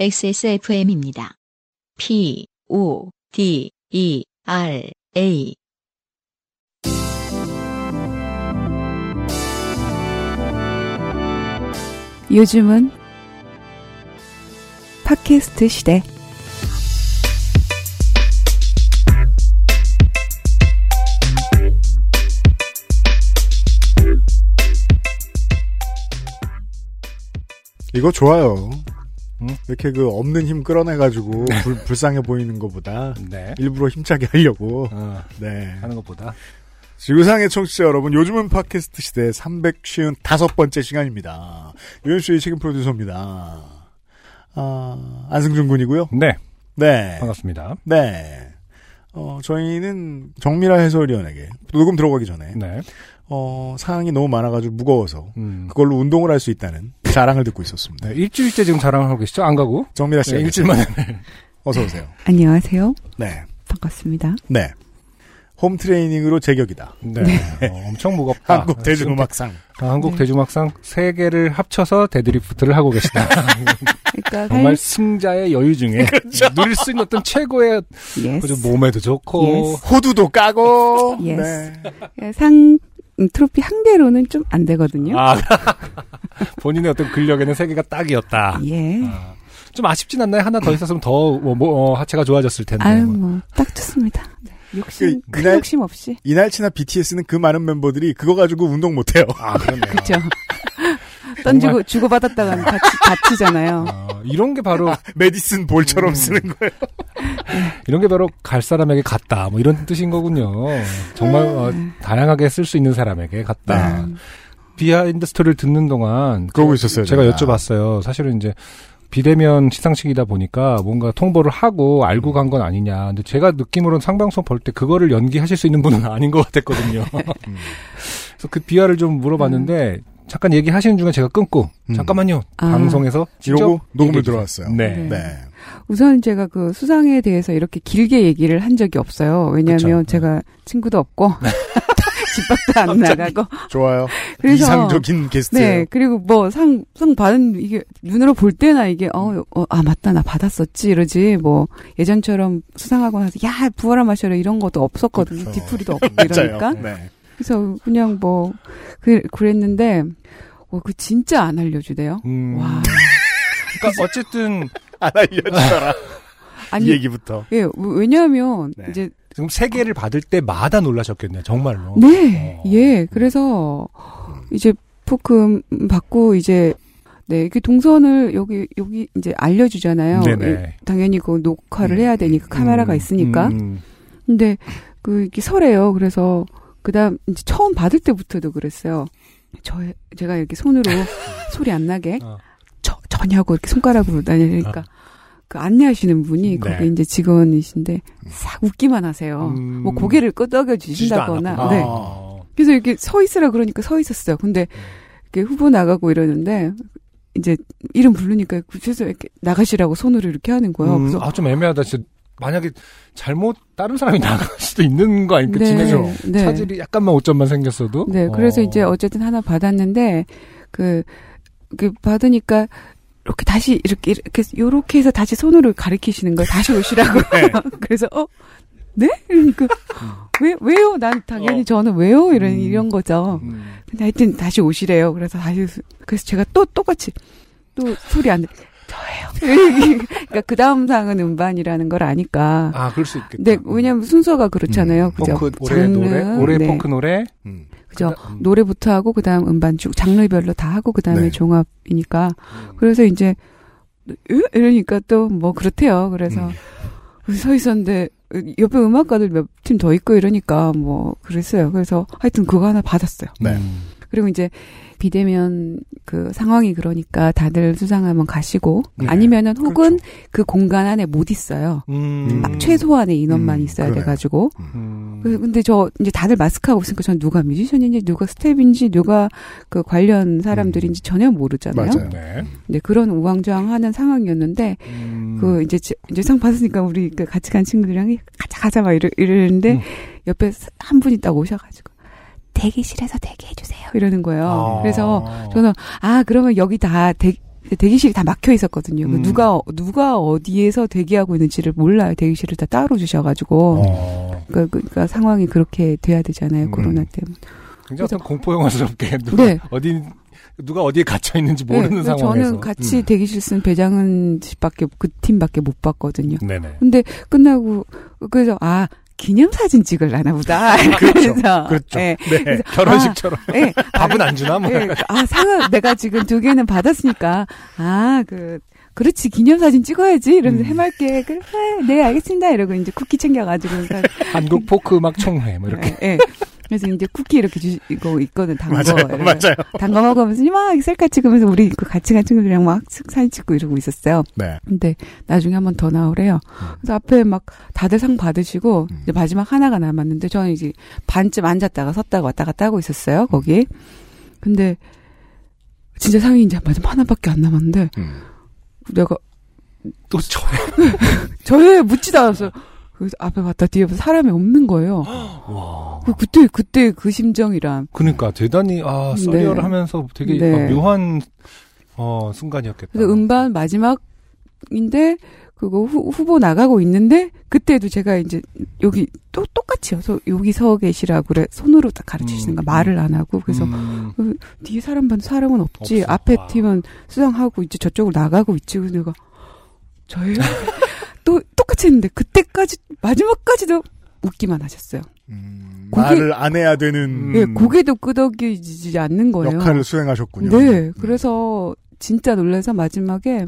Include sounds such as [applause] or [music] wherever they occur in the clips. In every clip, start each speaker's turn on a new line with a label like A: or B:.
A: XSFM입니다. P, O, D, E, R, A.
B: 요즘은 팟캐스트 시대.
C: 이거 좋아요.
D: 응?
C: 이렇게 그 없는 힘 끌어내가지고 불, 불쌍해 보이는 것보다
D: 네.
C: 일부러 힘차게 하려고.
D: 어,
C: 네.
D: 하는 것보다.
C: 지구상의 청취자 여러분, 요즘은 팟캐스트 시대 355번째 시간입니다. 유현수의 책임 프로듀서입니다. 아, 안승준 군이고요.
D: 네,
C: 네.
D: 반갑습니다.
C: 네. 어, 저희는 정미라 해설위원에게 녹음 들어가기 전에
D: 네.
C: 어, 사항이 너무 많아가지고 무거워서
D: 음.
C: 그걸로 운동을 할 수 있다는 자랑을 듣고 있었습니다.
D: 네, 일주일째 지금 자랑하고 계시죠? 안 가고?
C: 정미라 씨,
D: 네, 일주일만에.
C: 어서 오세요.
B: 안녕하세요.
C: 네,
B: 반갑습니다.
C: 네. 홈 트레이닝으로 제격이다.
D: 네. 어, 엄청 무겁다.
C: 한국 대중음악상.
D: 지금, 아, 한국
B: 네.
D: 대중음악상 세 개를 합쳐서 데드리프트를 하고 계시다.
B: 그러니까
D: 정말 승자의 여유 [laughs] 중에 누릴 수 있는 어떤 최고의
B: 예스.
D: 아주
C: 뭐-
D: 몸에도 좋고
B: Yes.
C: 호두도 [laughs] 까고.
B: Yes.
C: 네.
B: 상 음, 트로피 한 개로는 좀 안 되거든요.
D: 아, [laughs] 본인의 어떤 근력에는 세 개가 딱이었다.
C: 네,
B: 예.
C: 뭐.
D: 아, 좀 아쉽진 않나요? 하나 더 있었으면 더 뭐, 뭐, 어, 하체가 좋아졌을 텐데.
B: 아유 뭐 딱 좋습니다. 네. 욕심
C: 그,
B: 큰
C: 그날-
B: 욕심 없이
C: 이날치나 BTS는 그 많은 멤버들이 그거 가지고 운동 못해요.
D: 아, 그렇네요.
B: [laughs] 그죠. 던지고 주고 받았다가는 다치, 다치잖아요.
D: 어, 이런 게 바로
C: [laughs] 메디슨 볼처럼 쓰는 거예요.
D: 이런 게 바로 갈 사람에게 갔다. 뭐 이런 뜻인 거군요. 정말 어,
B: 음.
D: 다양하게 쓸 수 있는 사람에게 갔다.
B: 네.
D: 비하인드 스토리를 듣는 동안
C: 그러고 있었어요.
D: 제가 여쭤봤어요. 사실은 이제 비대면 시상식이다 보니까 뭔가 통보를 하고 알고 간 건 아니냐. 근데 제가 느낌으로는 상방송 볼 때 그거를 연기하실 수 있는 분은 [laughs] 아닌 것 같았거든요.
C: 음.
D: 그래서 그 비하를 좀 물어봤는데 잠깐 얘기하시는 중에 제가 끊고
C: 음.
D: 잠깐만요.
B: 음. 아.
D: 방송에서 직접
C: 이러고 녹음을
D: 얘기해주세요.
C: 들어왔어요.
D: 네.
B: 네.
C: 네.
B: 우선 제가 그 수상에 대해서 이렇게 길게 얘기를 한 적이 없어요. 왜냐하면
D: 그쵸.
B: 제가 친구도 없고
C: 네.
B: [laughs] 집 밖도 안 나가고
C: 좋아요.
B: 그래서
C: 이상적인 게스트예요.
B: 네, 그리고 뭐 상, 상 받은, 이게, 눈으로 볼 때나 이게, 어, 어, 아, 맞다, 나 받았었지, 이러지, 뭐, 예전처럼 수상하고 나서, 야, 부어라 마셔라, 이런 것도 없었거든요.
C: 그렇죠. [laughs]
B: 뒤풀이도 없고,
C: 맞아요.
B: 이러니까.
C: 네.
B: 그래서 그냥 뭐, 그, 그랬는데, 어, 그 진짜 안 알려주대요.
D: 음.
C: [laughs]
B: 와.
D: 그러니까 어쨌든
C: 안 알려줘라. 이
B: [laughs] 아니,
C: 얘기부터.
B: 예, 왜냐하면,
C: 네.
B: 이제,
D: 지금 세 개를 받을 때마다 놀라셨겠네요, 정말로.
B: 네,
D: 어.
B: 예, 그래서, 이제, 포금 받고, 이제, 네, 그 동선을 여기, 여기 이제 알려주잖아요. 예,
D: 네네.
B: 당연히 그 녹화를
C: 음,
B: 해야 되니까, 카메라가
D: 음,
B: 있으니까.
D: 음, 음.
B: 근데 그 이게 설에요. 그래서 그다음 이제 처음 받을 때부터도 그랬어요. 저 제가 이렇게
D: [laughs]
B: 손으로 소리 안 나게
D: 어.
B: 저 저냐고 이렇게 손가락으로 나니까 그 안내하시는 분이
D: 네.
B: 거기 이제 직원이신데 싹 웃기만 하세요.
D: 음.
B: 뭐 고개를 끄덕여
D: 지지도
B: 주신다거나
D: 않았구나.
B: 네.
D: 아.
B: 그래서 이렇게 서 있으라 그러니까 서 있었어요. 근데
D: 음.
B: 이렇게 후보 나가고 이러는데 이제 이름 부르니까 구체적으로 이렇게 나가시라고 손으로 이렇게 하는 거예요.
D: 음,
B: 그래서
D: 아, 좀 애매하다. 진짜 만약에 잘못 다른 사람이 [laughs] 나갈 수도 있는 거 아닙니까? 진짜
B: 네.
D: 차질이 약간만 오점만 생겼어도.
B: 네, 그래서 이제 어쨌든 하나 받았는데 그, 그 받으니까 이렇게 다시 이렇게 이렇게 요렇게 해서 다시 손으로 가리키시는 걸 다시
D: [laughs]
B: 오시라고. [laughs] 그래서 어, 네? 그러니까 왜 왜요? 난 당연히
D: 어.
B: 저는 왜요? 이런
D: 음.
B: 이런 거죠.
D: 음.
B: 근데 하여튼 다시 오시래요. 그래서 다시 수- 그래서 제가 또 똑같이 또 소리 안 내. 저예요. [laughs] 그러니까 그 다음 상은 음반이라는 걸 아니까.
D: 아, 그럴 수 있겠다.
B: 근데 네, 왜냐면 순서가 그렇잖아요.
C: 음.
B: 그죠? 네.
D: 포크 올해 노래, 올해 포크 노래.
C: 음.
B: 그죠?
D: 그다- 음.
B: 노래부터 하고 그다음 음반 쭉 장르별로 다 하고 그다음에
C: 네. 음.
B: 종합이니까 그래서 이제 으? 이러니까 또 뭐 그렇대요.
C: 음.
B: 그래서 어, 서 있었는데 옆에 음악가들 몇 팀 더 있고 이러니까 뭐 그랬어요. 그래서 하여튼 그거 하나 받았어요.
C: 네.
D: 음.
B: 그리고 이제 비대면 그 상황이 그러니까 다들 수상하면 가시고
C: 네. 그렇죠.
B: 아니면은 혹은 그 공간 안에 못 있어요.
D: 음.
C: 음.
B: 최소한의 인원만
D: 음,
B: 있어야
C: 그러네요.
B: 돼가지고
D: 음.
B: 그- 근데 저 이제 다들 마스크하고 있으니까 전 누가 뮤지션인지 누가 스텝인지 누가 그 관련
D: 음.
B: 사람들인지 전혀 모르잖아요.
C: 맞아요.
D: 네.
B: 네, 그런 우왕좌왕하는 상황이었는데
D: 음.
B: 그 이제 지- 이제 상 받았으니까 우리 그 같이 간 친구들이랑 가자 가자 막 이러, 이러는데
D: 음.
B: 옆에 사- 한 분이 딱 오셔가지고 대기실에서 대기해 주세요 이러는 거예요.
D: 아.
B: 그래서 저는 아 그러면 여기 다 대, 근데 대기실이 다 막혀 있었거든요. 그
D: 음.
B: 누가 어- 누가 어디에서 대기하고 있는지를 몰라요. 대기실을 다 따로 주셔가지고
D: 어.
B: 그러니까, 그러니까 상황이 그렇게 돼야 되잖아요.
D: 음.
B: 코로나 때문에.
D: 굉장히
B: 그래서-
D: 어떤 공포 영화스럽게 누가
B: 네.
D: 어디 누가 어디에 갇혀 있는지
B: 네,
D: 모르는
B: 그래서
D: 상황에서 음.
B: 저는 같이 대기실 쓴 배장은 씨밖에 그 팀밖에 못 봤거든요.
D: 음. 네네.
B: 근데 끝나고 그래서 아 기념 사진 찍을라나
D: [laughs]
B: 보다. 그래서
C: 그렇죠.
B: 예,
D: 네. 결혼식처럼
B: 예,
D: 밥은 안 주나 뭐.
B: 예. 아 상을 내가 지금 두 개는 받았으니까 아 그 그렇지 기념 사진 찍어야지 이러면서
D: 음.
B: 해맑게 그래 네 알겠습니다 이러고 이제 쿠키 챙겨가지고 그러니까,
D: 한국 포크 음악 총회 뭐 이렇게.
B: 예, 예. 그래서 이제 쿠키 이렇게 주고 있거든 단거
C: 맞아요, 맞아요.
B: 단거 먹으면서 막 셀카 찍으면서 우리 그 같이 간 친구들이랑 막 사진 찍고 이러고 있었어요.
C: 네.
B: 근데 나중에 한 번 더 나오래요. 그래서 앞에 막 다들 상 받으시고
C: 음.
B: 이제 마지막 하나가 남았는데 저는 이제 반쯤 앉았다가 섰다가 왔다 갔다 하고 있었어요 거기. 근데 진짜 상이 이제 마지막 하나밖에 안 남았는데
C: 음.
B: 내가
D: 또 저.
B: 저에 묻지도 않았어요. 그래서 앞에 봤다 뒤에 봤다 사람이 없는 거예요.
D: 와.
B: 그- 그때 그때 그 심정이랑
D: 그러니까 대단히 아 써리얼
B: 네.
D: 하면서 되게
B: 네.
D: 아, 묘한 어 순간이었겠다.
B: 그래서 음반 마지막인데 그거 후, 후보 나가고 있는데 그때도 제가 이제 여기 또 똑같이요. 서- 여기 서 계시라고 그래 손으로 딱 가르치시는 거
D: 음.
B: 말을 안 하고 그래서
D: 음.
B: 뒤에 사람 반 사람은 없지
D: 없어.
B: 앞에
D: 와.
B: 팀은 수상하고 이제 저쪽으로 나가고 있지 그래서 내가 저예요. [laughs] 또 똑같이 했는데 그때까지 마지막까지도 웃기만 하셨어요.
C: 음,
B: 고개-
C: 말을 안 해야 되는
D: 음.
B: 예, 고개도 끄덕이지 않는 거예요.
C: 역할을 수행하셨군요. 음.
B: 네, 그래서 진짜 놀라서 마지막에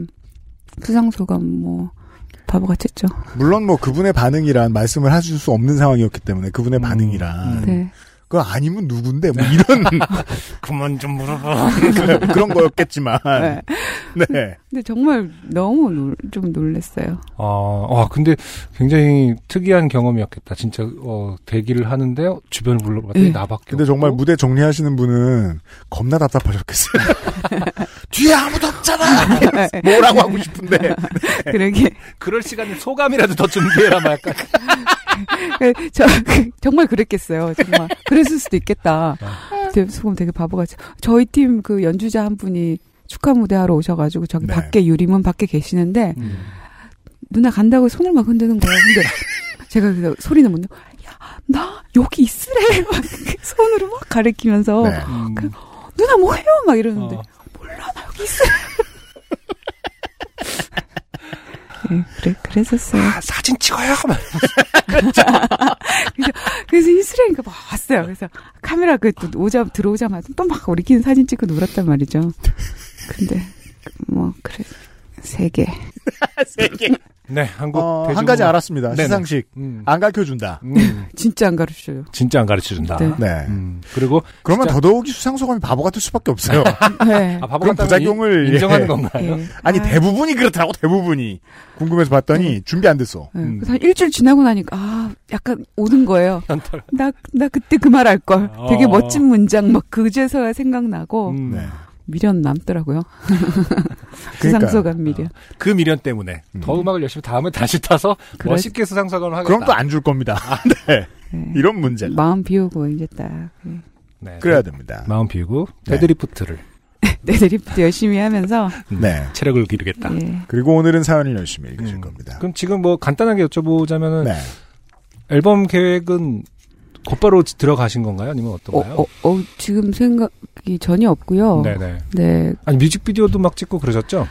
B: 수상 소감 뭐 바보같이 했죠.
C: 물론 뭐 그분의 반응이란 말씀을 하실 수 없는 상황이었기 때문에 그분의
D: 음.
C: 반응이란
D: 음.
B: 네.
C: 그거 아니면 누군데 뭐 이런 [laughs]
D: 그만 좀 물어봐.
C: 그- 그런 거였겠지만
B: 네.
C: 네.
B: 근데 정말 너무 놀- 좀 놀랐어요.
D: 아, 와, 근데 굉장히 특이한 경험이었겠다. 진짜 어 대기를 하는데 주변을 불러봤더니
B: 예.
D: 나밖에.
C: 근데 정말
D: 없고.
C: 무대 정리하시는 분은 겁나 답답하셨겠어요. [laughs] 뒤에 아무도 없잖아.
B: 네.
C: 뭐라고 하고 싶은데
B: 그러게
D: 그럴 시간에 소감이라도 더 준비해라 막 약간.
B: 네, 저 [laughs] 정말 그랬겠어요. 정말 그랬을 수도 있겠다. 근데 소금 되게 바보같이 저희 팀 그 연주자 한 분이 축하 무대하러 오셔가지고 저기
C: 네.
B: 밖에 유림원 밖에 계시는데
D: 음.
B: 누나 간다고 손을 막 흔드는 거예요. 근데 제가 그래서 소리는 못 내고 야나 여기 있으래 막 이렇게 손으로 막 가리키면서
C: 네.
D: 음.
B: 그- 누나 뭐해요 막 이러는데
D: 어.
B: 몰라 나 여기 [laughs] 있어. 예, 그래 그랬었어요.
D: 아, 사진 찍어요. 막.
B: 그래서 이스라엘인가 막 왔어요. 그래서 카메라 그 또 오자 들어오자마자 또 막 우리끼리 사진 찍고 놀았단 말이죠. 근데 뭐 그래 세 개.
D: 네, 한국
C: 어,
D: 대중음악.
C: 한 가지 알았습니다.
D: 네네.
C: 시상식
D: 음.
C: 안 가르쳐 준다.
D: 음.
B: 진짜 안 가르쳐요.
D: 진짜 안 가르쳐 준다.
B: 네.
C: 네.
D: 음. 그리고
C: 그러면
D: 진짜-
C: 더더욱이 수상 소감이 바보 같을 수밖에
D: [laughs]
C: 없어요.
B: 네.
D: 아, 바보
C: 그럼
D: 같다는
C: 부작용을,
D: 인- 인정하는
C: 예.
D: 건가요?
B: 예.
C: 아니
B: 아,
C: 대부분이 그렇더라고 대부분이 궁금해서 봤더니 준비 안 됐어.
B: 예.
D: 음.
B: 그래서 한 일주일 지나고 나니까 아 약간 오는 거예요.
D: 현타를.
B: 나 나 그때 그 말 할 걸. 되게
D: 어.
B: 멋진 문장 막 그제서야 생각나고
D: 음.
C: 네.
B: 미련 남더라고요.
C: 그러니까요.
B: 수상소감 미련.
D: 그 미련 때문에 더 음악을 열심히 다음에 다시 타서
B: 그럴
D: 멋있게 수상소감을 하겠다.
C: 그럼 또 안 줄 겁니다. [laughs] 네.
B: 네.
C: 이런 문제.
B: 마음 비우고 이제 딱 예.
D: 네.
C: 그래야 됩니다.
D: 마음 비우고
C: 네.
D: 데드리프트를
B: 데드리프트 [laughs] 열심히 하면서
C: 네.
D: 체력을 기르겠다.
B: 예.
C: 그리고 오늘은 사연을 열심히 읽으실
D: 음.
C: 겁니다.
D: 그럼 지금 뭐 간단하게 여쭤보자면은
C: 네.
D: 앨범 계획은 곧바로 지- 들어가신 건가요? 아니면 어떤가요?
B: 어, 어, 어, 지금 생각이 전혀 없고요. 네.
D: 네네. 아니 뮤직비디오도 막 찍고 그러셨죠?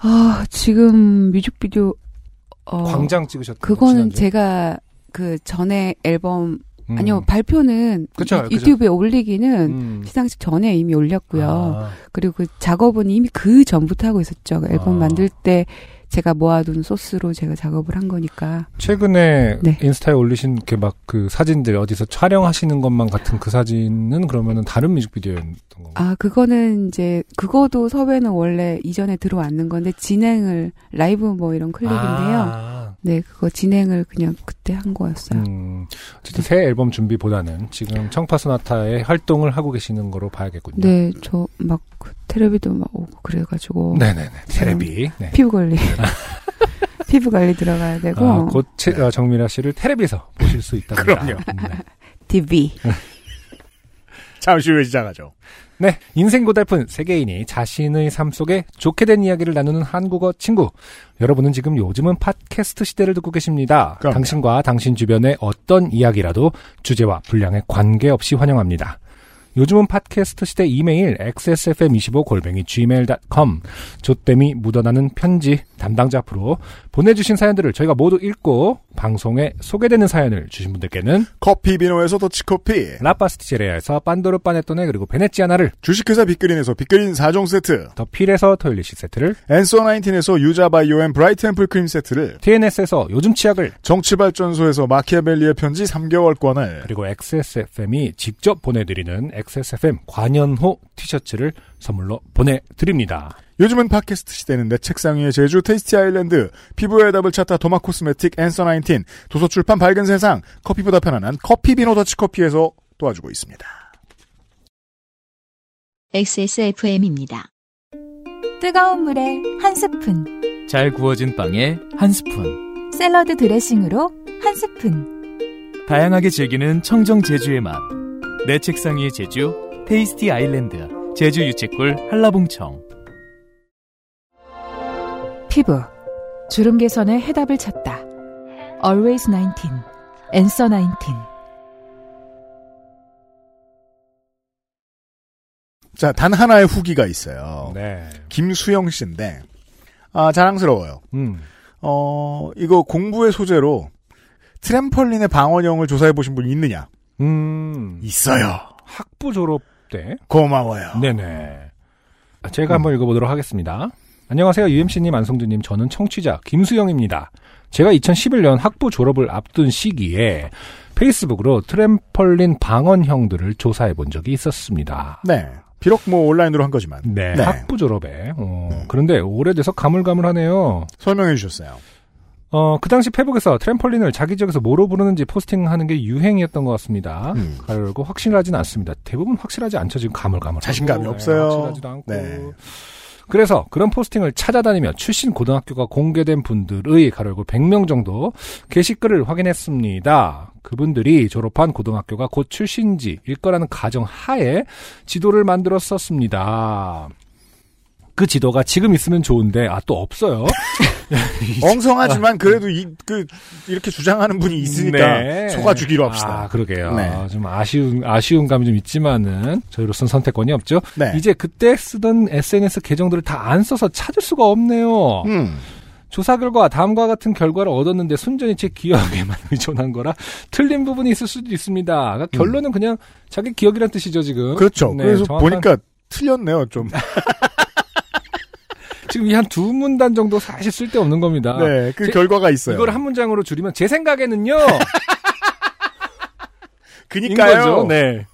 B: 아, 지금 뮤직비디오, 어,
D: 광장 찍으셨던
B: 그거는 제가 그 전에 앨범, 아니요, 발표는
D: 음. 그쵸,
B: 유-
D: 그쵸. 음.
B: 유튜브에 올리기는 시상식 전에 이미 올렸고요.
D: 아,
B: 그리고 그 작업은 이미 그 전부터 하고 있었죠. 그 앨범
D: 아.
B: 만들 때 제가 모아둔 소스로 제가 작업을 한 거니까.
D: 최근에
B: 네.
D: 인스타에 올리신 이렇게 막 그 사진들 어디서 촬영하시는 것만 같은 그 사진은 그러면은 다른 뮤직비디오였던 건가요?
B: 아, 그거는 이제, 그거도 섭외는 원래 이전에 들어왔는 건데, 진행을, 라이브 뭐 이런 클립인데요.
D: 아,
B: 네, 그거 진행을 그냥 그때 한 거였어요.
D: 음, 어쨌든 새 앨범 준비보다는 지금 청파소나타의 활동을 하고 계시는 거로 봐야겠군요.
B: 네, 저 막 텔레비도 막 오고 그래가지고
D: 네네네. 테레비. 네.
B: 피부 관리, [laughs] 피부 관리 들어가야 되고
D: 아, 곧 채- 어, 네. 정미라 씨를 테레비에서 보실 수 있답니다.
C: 그럼요.
D: 음, 네.
B: TV
C: 잠시 후에 시작하죠.
D: 네, 인생 고달픈 세계인이 자신의 삶 속에 좋게 된 이야기를 나누는 한국어 친구. 여러분은 지금 요즘은 팟캐스트 시대를 듣고 계십니다.
C: 그럼요.
D: 당신과 당신 주변의 어떤 이야기라도 주제와 분량에 관계없이 환영합니다. 요즘은 팟캐스트 시대 이메일 xsfm25골뱅이 gmail.com 조땜이 묻어나는 편지 담당자 앞으로 보내주신 사연들을 저희가 모두 읽고 방송에 소개되는 사연을 주신 분들께는
C: 커피 비노에서 더치커피,
D: 라파스티체레아에서 빤도르 빠네토네 그리고 베네치아나를
C: 주식회사 빅그린에서 빅그린 4종 세트,
D: 더 필에서 토일리시 세트를
C: 엔서 19에서 유자바이오 앤 브라이트 앰플 크림 세트를,
D: TNS에서 요즘 치약을
C: 정치발전소에서 마키아벨리의 편지 3개월권을,
D: 그리고 XSFM이 직접 보내드리는 XSFM 관현호 티셔츠를 선물로 보내드립니다.
C: 요즘은 팟캐스트 시대는 내 책상 위의 제주 테이스티 아일랜드, 피부의 답을 찾다 도마 코스메틱 앤서 19, 도서출판 밝은 세상, 커피보다 편안한 커피 비노 더치커피에서 도와주고 있습니다.
A: XSFM입니다.
E: 뜨거운 물에 한 스푼,
F: 잘 구워진 빵에 한 스푼.
E: 샐러드 드레싱으로 한 스푼,
F: 다양하게 즐기는 청정 제주의 맛. 내 책상 위의 제주, 테이스티 아일랜드. 제주 유채꿀 한라봉청.
E: 피부, 주름 개선의 해답을 찾다. Always 19, Answer 19.
C: 자, 단 하나의 후기가 있어요.
D: 네.
C: 김수영 씨인데, 아, 자랑스러워요.
D: 음.
C: 어, 이거 공부의 소재로 트램펄린의 방언형을 조사해보신 분이 있느냐?
D: 음.
C: 있어요.
D: 학부 졸업 때.
C: 고마워요.
D: 네네. 제가 한번 읽어보도록 하겠습니다. 안녕하세요. UMC님, 안성준님. 저는 청취자 김수영입니다. 제가 2011년 학부 졸업을 앞둔 시기에 페이스북으로 트램펄린 방언형들을 조사해 본 적이 있었습니다.
C: 네. 비록 뭐 온라인으로 한 거지만.
D: 네,
C: 네.
D: 학부 졸업에. 어, 그런데 오래돼서 가물가물하네요.
C: 설명해 주셨어요.
D: 어, 그 당시 페북에서 트램펄린을 자기 지역에서 뭐로 부르는지 포스팅하는 게 유행이었던 것 같습니다.
C: 음.
D: 가려고 확실하진 않습니다. 대부분 확실하지 않죠. 지금 가물가물.
C: 자신감이 없어요.
D: 확실하지도 않고.
C: 네.
D: 그래서 그런 포스팅을 찾아다니며 출신 고등학교가 공개된 분들의 가려고 100명 정도 게시글을 확인했습니다. 그분들이 졸업한 고등학교가 곧 출신지일 거라는 가정 하에 지도를 만들었었습니다. 그 지도가 지금 있으면 좋은데 아 또 없어요.
C: 엉성하지만 그래도 이, 그, 이렇게 주장하는 분이 있으니까
D: 네.
C: 속아주기로 합시다.
D: 아, 그러게요.
C: 네.
D: 좀 아쉬운 아쉬운 감이 좀 있지만은 저희로서는 선택권이 없죠.
C: 네.
D: 이제 그때 쓰던 SNS 계정들을 다 안 써서 찾을 수가 없네요.
C: 음.
D: 조사 결과 다음과 같은 결과를 얻었는데 순전히 제 기억에만 [laughs] 의존한 거라 틀린 부분이 있을 수도 있습니다. 그러니까 결론은 그냥 자기 기억이란 뜻이죠 지금.
C: 음. 그렇죠.
D: 네,
C: 그래서
D: 정확한-
C: 보니까 틀렸네요, 좀.
D: 지금 이 한 두 문단 정도 사실 쓸데없는 겁니다.
C: 네. 그
D: 아, 제-
C: 결과가 있어요.
D: 이걸 한 문장으로 줄이면 제
C: [laughs]
D: 생각에는요. 인
C: 그니까요.
D: 거죠. 네.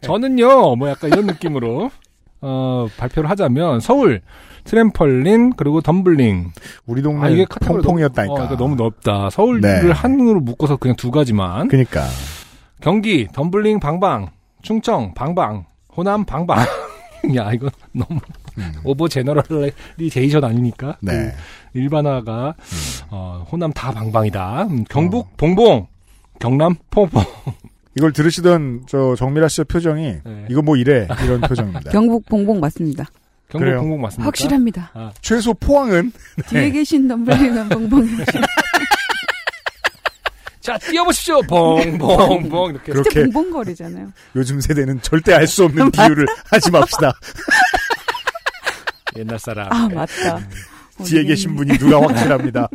D: 저는요, 뭐 약간 이런 느낌으로 [laughs] 어, 발표를 하자면 서울 트램펄린 그리고 덤블링.
C: 우리
D: 아
C: 동네
D: 이게 카테고리
C: 퐁퐁이었다니까.
D: 너무, 어, 이거 너무 넓다. 서울을
C: 그러니까. 네.
D: 한으로 묶어서 그냥 두 가지만.
C: 그니까.
D: 경기 덤블링 방방, 충청 방방, 호남
C: 아.
D: 방방. [laughs] 야 이거 너무
C: 음.
D: 오버 제너럴리제이션 아니니까.
C: 네.
D: 그 일반화가
C: 음.
D: 어, 호남 다 방방이다.
C: 어.
D: 음, 경북 봉봉, 경남 퐁퐁.
C: 이걸 들으시던 저 정미라 씨의 표정이
D: 네.
C: 이거 뭐 이래 이런 [laughs] 표정입니다.
B: 경북 봉봉 맞습니다.
D: 경북
C: 그래요.
D: 봉봉 맞습니까?
B: 확실합니다.
C: 최소 포항은 네.
B: 뒤에 계신 덤블링은 봉봉.
D: 자, 뛰어보십시오. 봉봉봉 이렇게.
B: 진짜
C: 그렇게
B: 봉봉거리잖아요.
C: 요즘 세대는 절대 알 수 [laughs] 없는 비유를 하지 맙시다. [laughs]
D: 옛날 사람. 네.
B: 아 맞다. 어,
C: 네. [laughs] 뒤에
B: 이게
C: 계신 분이 누가 확실합니다.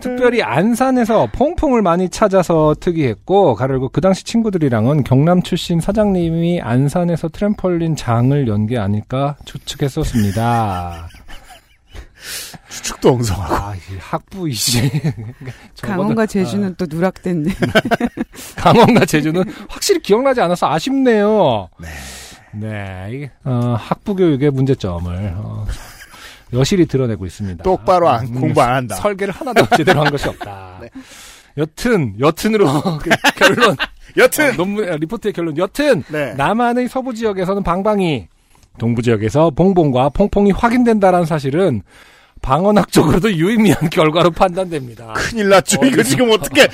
D: 특별히 안산에서 퐁퐁을 많이 찾아서 특이했고 가르고 그 당시 친구들이랑은 경남 출신 사장님이 안산에서 트램펄린 장을 연 게 아닐까
B: [laughs]
D: 추측했었습니다.
C: [laughs] 추측도 엉성하고.
D: 아, 이 [laughs] 학부이시.
B: 강원과 제주는
C: 아.
B: 또 [laughs] 누락됐네.
D: [laughs] 강원과 제주는 확실히 기억나지 않아서 아쉽네요. 네. 이게, 어, 학부 교육의 문제점을 어, 여실히 드러내고 있습니다. 음.
C: 똑바로 안- 공부 안 한다. 네. [laughs]
D: 설계를 하나도 제대로 한 것이 없다. 여튼 여튼으로 그 결론
C: 어, [laughs] 여튼
D: 어, 논문 아, 리포트의 결론 여튼
C: 네.
D: 남한의 서부 지역에서는 방방이 동부 지역에서 봉봉과 퐁퐁이 확인된다라는 사실은 [laughs] 방언학 적으로도 유의미한 결과로 판단됩니다.
C: 큰일 났죠.
D: 어,
C: [laughs] 이거 지금 어떻게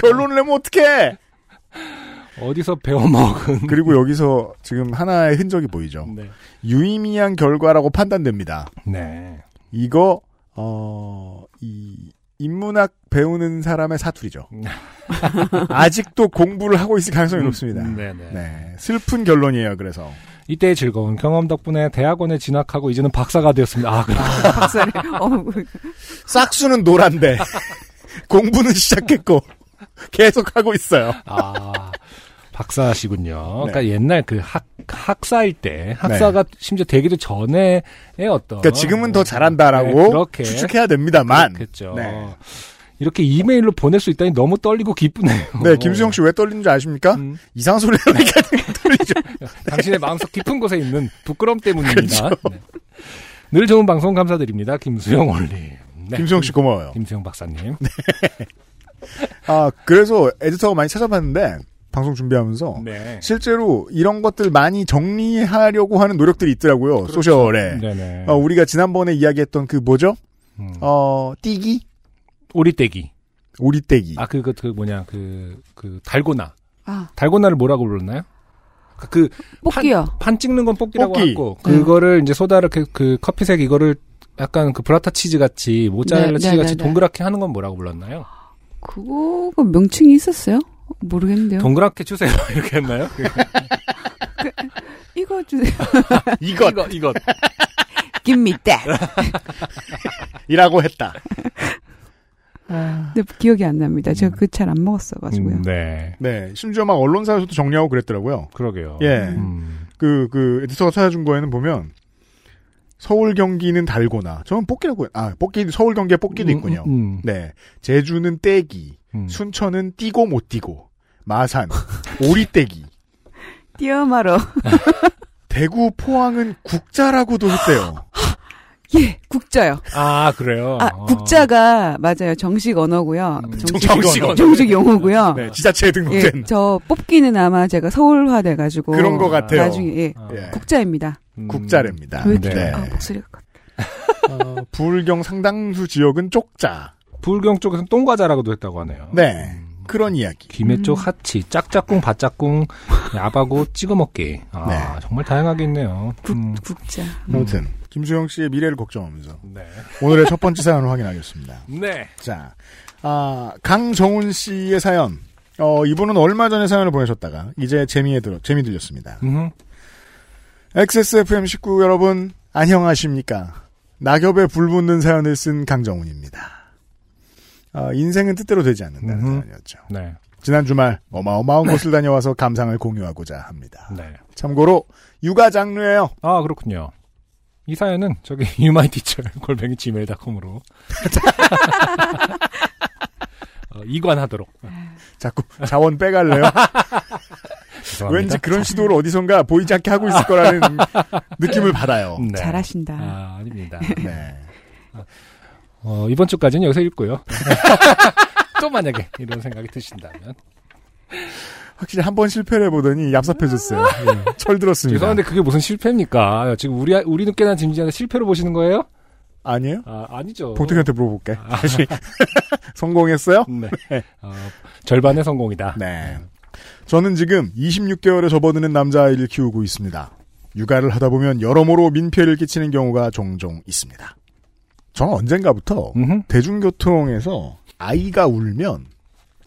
C: 결론을 내면 어떡해!
D: 어디서 배워먹은.
C: 그리고 여기서 지금 하나의 흔적이 보이죠.
D: 네.
C: 유의미한 결과라고 판단됩니다.
D: 네.
C: 이거, 어, 이, 인문학 배우는 사람의
D: [laughs]
C: 사투리죠. 아직도 공부를 하고 있을 가능성이 높습니다.
D: 음, 네네.
C: 네. 슬픈 결론이에요, 그래서.
D: 이때의 즐거운 경험 덕분에 대학원에 진학하고 이제는 박사가 되었습니다. 아, 그럼.
C: [laughs]
B: 박사를. 어,
C: 싹수는
D: [laughs]
C: 노란데, 공부는 시작했고, 계속 하고 있어요.
D: 아, 박사시군요.
C: 네.
D: 그러니까 옛날 그 학, 학사일 때, 학사가 심지어 되기도 전에의 어떤.
C: 그러니까 지금은 더
D: 네,
C: 잘한다라고
D: 그렇게.
C: 추측해야 됩니다만.
D: 그렇겠죠.
C: 네.
D: 이렇게 이메일로 보낼 수 있다니 너무 떨리고 기쁘네요.
C: 네, 김수영 씨 왜 떨리는지 아십니까?
D: 음,
C: 이상한 소리 하니까 떨리죠.
D: 네. 당신의 마음속 깊은 곳에 있는 부끄럼 때문입니다.
C: 그렇죠.
D: 네. 늘 좋은 방송 감사드립니다. 김수영 올림. 네.
C: 김수영 씨 고마워요.
D: 김수영 박사님.
C: 네. 아, 그래서 에디터가 많이 찾아봤는데, 방송 준비하면서.
D: 네.
C: 실제로 이런 것들 많이 정리하려고 하는 노력들이 있더라고요. 소셜에.
D: 그렇죠. 네네.
C: 어, 우리가 지난번에 이야기했던 그 뭐죠?
D: 음.
C: 어, 띠기?
D: 오리떼기.
C: 오리떼기.
D: 아, 그, 그, 그 뭐냐, 그, 그, 달고나.
B: 아,
D: 달고나를 뭐라고 불렀나요? 그,
B: 뽑기요.
D: 판 찍는 건 뽑기라고 음.
C: 뽑기.
D: 하고, 그거를 이제 소다를 그, 그 커피색 이거를 약간 그 브라타 치즈 같이, 모짜렐라
B: 네,
D: 치즈
B: 네,
D: 같이
B: 네, 네.
D: 동그랗게 하는 건 뭐라고 불렀나요?
B: 그거가 명칭이 있었어요? 모르겠는데요.
D: 동그랗게 주세요. [laughs] 이렇게 했나요?
B: 네, 이거 주세요.
C: [laughs] 이것!
D: 이거, 이거.
B: Give me that.
C: 이라고 했다.
B: 근데 기억이 안 납니다. 제가 그 잘 안 먹었어가지고요.
D: 음,
C: 음.
D: 네.
C: 네. 심지어 막 언론사에서도 정리하고 그랬더라고요.
D: 그러게요.
C: 예.
D: 음.
C: 그, 그, 에디터가 찾아준 거에는 보면, 서울 경기는 달고나. 저는 뽑기라고, 했- 아, 뽑기, 서울 경기에 뽑기도
D: 음,
C: 있군요.
D: 음,
C: 네. 제주는 떼기.
D: 음.
C: 순천은 띠고 못 띠고. 마산. 오리떼기.
B: 뛰어마로.
C: 대구 포항은 국자라고도
D: [laughs]
C: 했대요.
B: [laughs] 예, 국자요.
D: 아, 그래요?
B: 아,
D: 어.
B: 국자가 맞아요. 정식 언어고요.
D: 음.
B: 정식,
C: 정식 언어.
B: 정식 용어고요.
C: 네, 지자체에
B: 예,
C: 등록된
B: 저 뽑기는 아마 제가 서울화 돼가지고
C: [laughs] 그런 것 같아요.
B: 예. 나중에 예,
D: 아,
C: 예.
B: 국자입니다.
D: 음.
C: 국자랍니다.
B: 왜
D: 네.
B: 이렇게 아, 목소리가 컸-
C: 어, 부울경 상당수 지역은 쪽자.
D: 불경 쪽에서는 똥과자라고도 했다고 하네요.
C: 네, 그런 이야기.
D: 김해 쪽
B: 음.
D: 하치, 짝짝꿍, 바짝꿍, 야바고, 찍어먹기. 아,
C: 네.
D: 정말 다양하게 있네요.
B: 국,
D: 음,
B: 국자.
C: 아무튼 김수영 씨의 미래를 걱정하면서
D: 네.
C: 오늘의 첫 번째 사연을 확인하겠습니다.
D: 네.
C: 자, 아, 강정훈 씨의 사연. 어, 이분은 얼마 전에 사연을 보내셨다가 이제 재미에 들어 재미 들렸습니다.
D: 음,
C: XSFM 식구 여러분 안녕하십니까? 낙엽에 불붙는 사연을 쓴 강정훈입니다. 아, 인생은 뜻대로 되지 않는다는
D: 음.
C: 사연이었죠.
D: 네.
C: 지난 주말
D: [laughs]
C: 어마어마한 곳을 다녀와서 감상을 공유하고자 합니다.
D: 네.
C: 참고로 육아 장르예요.
D: 아, 그렇군요. 이 사연은 저기 [laughs] 유마이티처 골뱅이 gmail.com으로 [laughs] 어, 이관하도록
C: 자꾸 자원
D: [laughs]
C: 빼갈래요.
D: 죄송합니다.
C: 왠지 그런 시도를 어디선가 보이지 않게 하고 있을
D: [laughs]
C: 거라는 느낌을 받아요.
D: 네.
B: 잘하신다.
D: 아, 아닙니다.
C: 네.
D: 어, 이번 주까지는 여기서 읽고요. [laughs] 또 만약에 이런 생각이 드신다면
C: 확실히 한 번 실패를 해보더니 얍삽해졌어요.
D: [laughs]
C: 예, 철들었습니다.
D: 죄송한데 그게 무슨 실패입니까? 지금 우리 우리 늦게나 짐지한테 실패로 보시는 거예요?
C: 아니에요?
D: 아 아니죠.
C: 봉태기한테 물어볼게. 다시. [laughs] 성공했어요?
D: 네. 어, 절반의 성공이다.
C: 네. 저는 지금 26개월에 접어드는 남자아이를 키우고 있습니다. 육아를 하다 보면 여러모로 민폐를 끼치는 경우가 종종 있습니다. 저는 언젠가부터
D: 음흠.
C: 대중교통에서 아이가 울면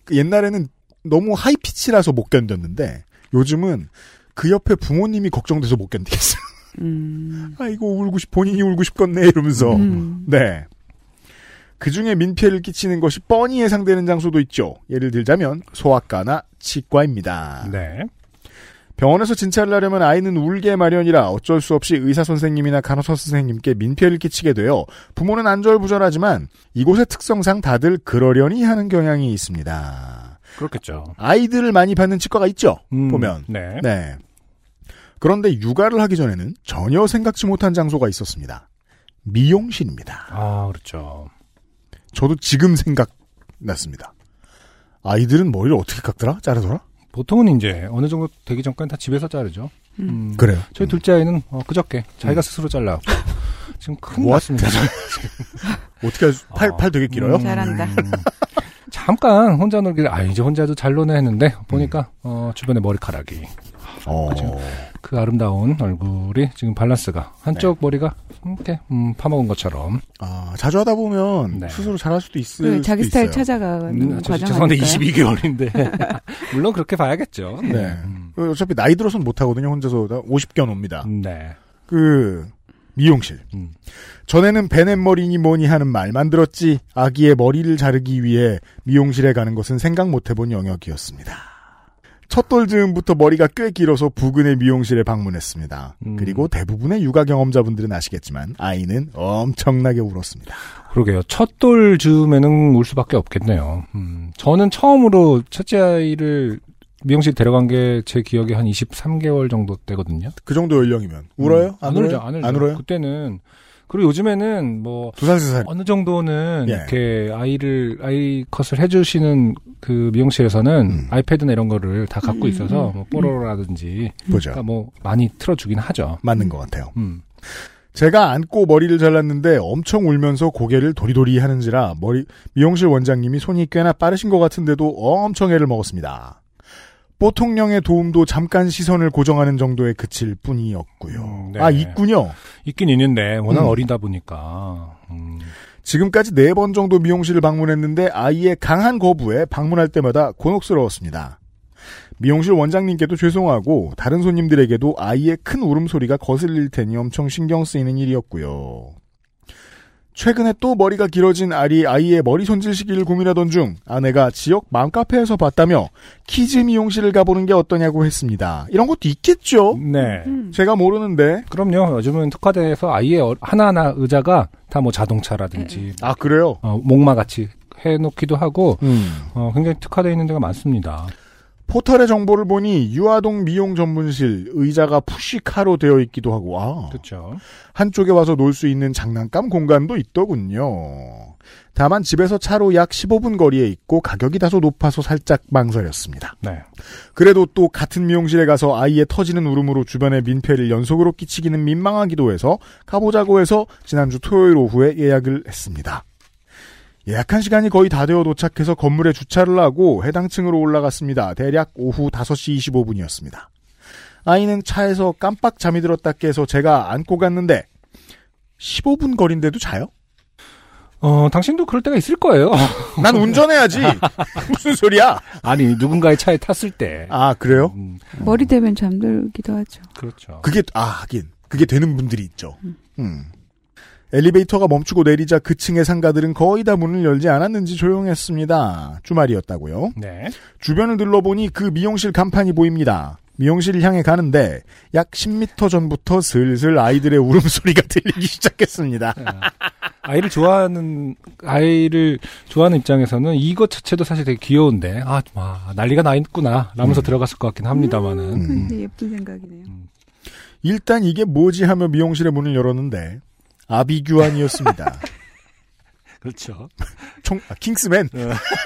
C: 그 옛날에는 너무 하이피치라서 못 견뎠는데 요즘은 그 옆에 부모님이 걱정돼서 못 견디겠어요. [laughs]
B: 음.
C: 아이고 울고 싶 본인이 울고 싶겠네 이러면서
B: 음.
C: 네. 그 중에 민폐를 끼치는 것이 뻔히 예상되는 장소도 있죠. 예를 들자면 소아과나 치과입니다.
D: 네.
C: 병원에서 진찰을 하려면 아이는 울게 마련이라 어쩔 수 없이 의사 선생님이나 간호사 선생님께 민폐를 끼치게 되어 부모는 안절부절하지만 이곳의 특성상 다들 그러려니 하는 경향이 있습니다.
D: 그렇겠죠.
C: 아이들을 많이 받는 치과가 있죠.
D: 음,
C: 보면
D: 네.
C: 네. 그런데 육아를 하기 전에는 전혀 생각지 못한 장소가 있었습니다. 미용실입니다.
D: 아 그렇죠.
C: 저도 지금 생각났습니다. 아이들은 머리를 어떻게 깎더라? 자르더라?
D: 보통은 이제 어느 정도 되기 전까지 다 집에서 자르죠. 음.
C: 그래요. 음.
D: 저희 둘째 아이는 어, 그저께 자기가 스스로
C: [laughs]
D: 잘라. 지금 큰일
C: 뭐 What?
D: 났습니다.
C: 어떻게 할 수, 팔,
D: 아.
B: 음.
C: 음.
B: 그
C: 팔 되게 길어요?
B: 잘한다.
D: 음. [laughs] 잠깐 혼자 놀길래 아 이제 혼자도 잘 노네 했는데 보니까
C: 음.
D: 어, 주변에 머리카락이
C: 어.
D: 그 아름다운 얼굴이 지금 밸런스가
C: 네.
D: 한쪽 머리가 이렇게 음, 파먹은 것처럼
C: 아, 자주 하다 보면
D: 네.
C: 스스로 잘할 수도 있을
B: 그 자기
C: 수도
B: 스타일
C: 있어요.
B: 찾아가는
D: 음, 저-
B: 과정
D: 죄송한데 [laughs]
B: 아닐까요? [laughs]
D: 22개월인데 물론 그렇게 봐야겠죠.
C: 네. 그 어차피 나이 들어서는 못하거든요. 혼자서 50견 옵니다.
D: 음, 네.
C: 그 미용실.
D: 음.
C: 전에는 베넷머리니 뭐니 하는 말만 들었지 아기의 머리를 자르기 위해 미용실에 가는 것은 생각 못 해본 영역이었습니다. 첫 돌즈음부터 머리가 꽤 길어서 부근의 미용실에 방문했습니다.
D: 음.
C: 그리고 대부분의 육아 경험자분들은 아시겠지만 아이는 엄청나게 울었습니다.
D: 그러게요. 첫 돌 즈음에는 울 수밖에 없겠네요. 음, 저는 처음으로 첫째 아이를 미용실 데려간 게 제 기억에 한 23개월 정도 때거든요.
C: 그 정도 연령이면 울어요? 안, 울어요?
D: 울죠, 음. 안 울죠.
C: 안 울어요?
D: 그때는 그리고 요즘에는 뭐
C: 두 살, 세 살.
D: 어느 정도는
C: 예.
D: 이렇게 아이를 아이 컷을 해주시는 그 미용실에서는
C: 음.
D: 아이패드나 이런 거를 다 갖고
B: 음,
D: 있어서
B: 음,
D: 뭐 뽀로로라든지
C: 보죠.
D: 그러니까 뭐 많이 틀어주긴 하죠.
C: 맞는 것 같아요.
D: 음.
C: 제가 안고 머리를 잘랐는데 엄청 울면서 고개를 도리도리 하는지라 머리 미용실 원장님이 손이 꽤나 빠르신 것 같은데도 엄청 애를 먹었습니다. 보통령의 도움도 잠깐 시선을 고정하는 정도에 그칠 뿐이었고요.
D: 음, 네.
C: 아 있군요.
D: 있긴 있는데 워낙
C: 음.
D: 어리다 보니까 음.
C: 지금까지 네 번 정도 미용실을 방문했는데 아이의 강한 거부에 방문할 때마다 곤혹스러웠습니다. 미용실 원장님께도 죄송하고 다른 손님들에게도 아이의 큰 울음소리가 거슬릴 테니 엄청 신경 쓰이는 일이었고요. 최근에 또 머리가 길어진 알이 아이의 머리 손질 시기를 고민하던 중 아내가 지역 맘카페에서 봤다며 키즈 미용실을 가보는 게 어떠냐고 했습니다. 이런 것도 있겠죠?
D: 네.
B: 음.
C: 제가 모르는데.
D: 그럼요. 요즘은 특화돼서 아예 어- 하나하나 의자가 다 뭐 자동차라든지
C: 아, 그래요?
D: 어, 목마 같이 해놓기도 하고
C: 음.
D: 어, 굉장히 특화되어 있는 데가 많습니다.
C: 포털의 정보를 보니 유아동 미용 전문실 의자가 푸시카로 되어 있기도 하고 아,
D: 그렇죠.
C: 한쪽에 와서 놀 수 있는 장난감 공간도 있더군요. 다만 집에서 차로 약 15분 거리에 있고 가격이 다소 높아서 살짝 망설였습니다.
D: 네.
C: 그래도 또 같은 미용실에 가서 아이의 터지는 울음으로 주변에 민폐를 연속으로 끼치기는 민망하기도 해서 가보자고 해서 지난주 토요일 오후에 예약을 했습니다. 예약한 시간이 거의 다 되어 도착해서 건물에 주차를 하고 해당 층으로 올라갔습니다. 대략 오후 5시 25분이었습니다. 아이는 차에서 깜빡 잠이 들었다 깨서 제가 안고 갔는데 15분 거리인데도 자요?
D: 어, 당신도 그럴 때가 있을 거예요.
C: 난 운전해야지. 무슨 소리야?
D: [laughs] 아니, 누군가의 차에 탔을 때.
C: 아 그래요?
D: 음,
B: 머리 대면 잠들기도 하죠.
D: 그렇죠.
C: 그게 아 하긴 그게 되는 분들이 있죠. 음. 엘리베이터가 멈추고 내리자 그 층의 상가들은 거의 다 문을 열지 않았는지 조용했습니다. 주말이었다고요.
D: 네.
C: 주변을 둘러보니 그 미용실 간판이 보입니다. 미용실을 향해 가는데 약 10m 전부터 슬슬 아이들의 울음소리가 [laughs] 들리기 시작했습니다.
D: 아이를 좋아하는, 아이를 좋아하는 입장에서는 이것 자체도 사실 되게 귀여운데, 아, 와, 난리가 나 있구나. 라면서 들어갔을 것 같긴 합니다만은.
C: 음.
B: 근데 예쁜 생각이네요.
C: 일단 이게 뭐지 하며 미용실의 문을 열었는데 아비규환이었습니다.
D: 그렇죠.
C: 총 아, 킹스맨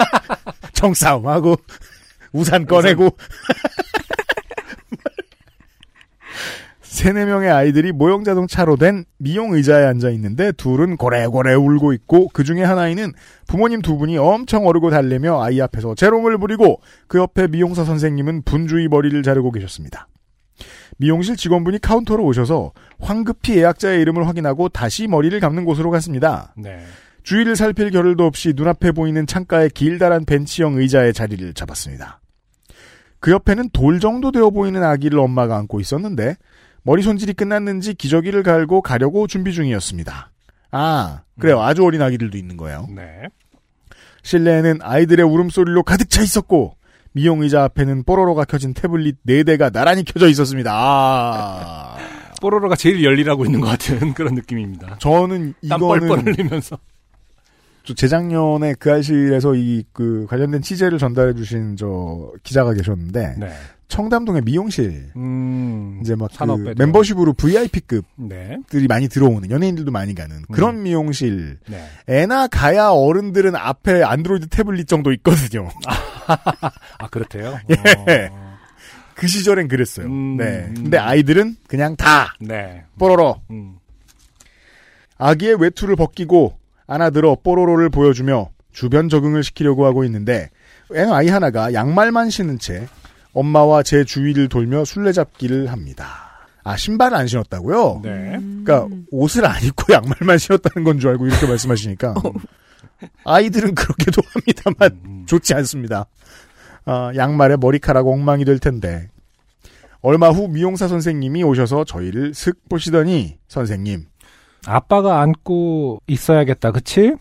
C: [laughs] 총싸움하고 우산 꺼내고 [laughs] 세네 명의 아이들이 모형 자동차로 된 미용 의자에 앉아 있는데 둘은 고래고래 울고 있고 그 중에 하나이는 부모님 두 분이 엄청 어르고 달래며 아이 앞에서 재롱을 부리고 그 옆에 미용사 선생님은 분주히 머리를 자르고 계셨습니다. 미용실 직원분이 카운터로 오셔서 황급히 예약자의 이름을 확인하고 다시 머리를 감는 곳으로 갔습니다.
D: 네.
C: 주위를 살필 겨를도 없이 눈앞에 보이는 창가의 길다란 벤치형 의자에 자리를 잡았습니다. 그 옆에는 돌 정도 되어 보이는 아기를 엄마가 안고 있었는데 머리 손질이 끝났는지 기저귀를 갈고 가려고 준비 중이었습니다. 아,
D: 음.
C: 그래요. 아주 어린 아기들도 있는 거예요.
D: 네.
C: 실내에는 아이들의 울음소리로 가득 차 있었고 미용 의자 앞에는 뽀로로가 켜진 태블릿 4대가 나란히 켜져 있었습니다. 아.
D: 뽀로로가 제일 열일하고 있는 것 같은 [laughs] 그런 느낌입니다.
C: 저는
D: 땀
C: 이거는
D: 뻘뻘
C: [laughs]
D: 흘리면서.
C: 저 재작년에 그 알실에서 이 그 관련된 취재를 전달해 주신 저 기자가 계셨는데
D: 네.
C: 청담동의 미용실
D: 음.
C: 이제 막
D: 산업
C: 그
D: 배도.
C: 멤버십으로 VIP급들이
D: 네.
C: 많이 들어오는 연예인들도 많이
D: 음.
C: 가는 그런 미용실
D: 네.
C: 애나 가야 어른들은 앞에 안드로이드 태블릿 정도 있거든요. [laughs]
D: 아, 그렇대요?
C: 예.
D: 어,
C: 그 시절엔 그랬어요.
D: 음.
C: 네. 근데 아이들은 그냥 다
D: 네.
C: 뽀로로
D: 음.
C: 아기의 외투를 벗기고 안아들어 뽀로로를 보여주며 주변 적응을 시키려고 하고 있는데 아이 하나가 양말만 신은 채 엄마와 제 주위를 돌며 술래잡기를 합니다. 아 신발을 안 신었다고요?
D: 네.
C: 그러니까 옷을 안 입고 양말만 신었다는 건 줄 알고 이렇게 말씀하시니까 아이들은 그렇게도
D: 아, 음.
C: 합니다만 좋지 않습니다. 아, 양말에 머리카락 엉망이 될 텐데 얼마 후 미용사 선생님이 오셔서 저희를 슥 보시더니 선생님
D: 아빠가 안고 있어야겠다, 그치?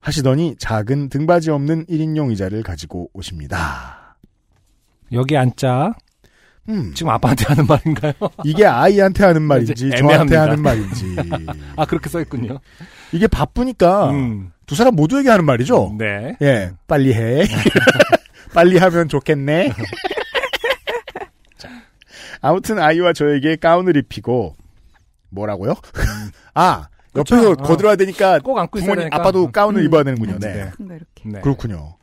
C: 하시더니 작은 등받이 없는 1인용 의자를 가지고 오십니다.
D: 여기 앉자.
C: 음,
D: 지금 아빠한테 하는 말인가요? [laughs]
C: 이게 아이한테 하는 말인지
D: 이제
C: 저한테
D: 애매합니다.
C: 하는
D: [laughs]
C: 말인지
D: 아, 그렇게 써있군요.
C: 이게 바쁘니까
D: 음.
C: 두 사람 모두에게 하는 말이죠.
D: 네.
C: 예, 빨리
D: [laughs]
C: 해. [laughs] 빨리 하면 좋겠네. 자, 아무튼 아이와 저에게 가운을 입히고 뭐라고요? [laughs] 아 옆에서
D: 음. 그렇죠.
C: 거들어야 되니까
D: 꼭 안고 있어야
C: 부모님
D: 되니까.
C: 아빠도 가운을
B: 음.
C: 입어야 되는군요. 네.
D: 네.
B: 큰가 이렇게.
D: 네.
C: 그렇군요.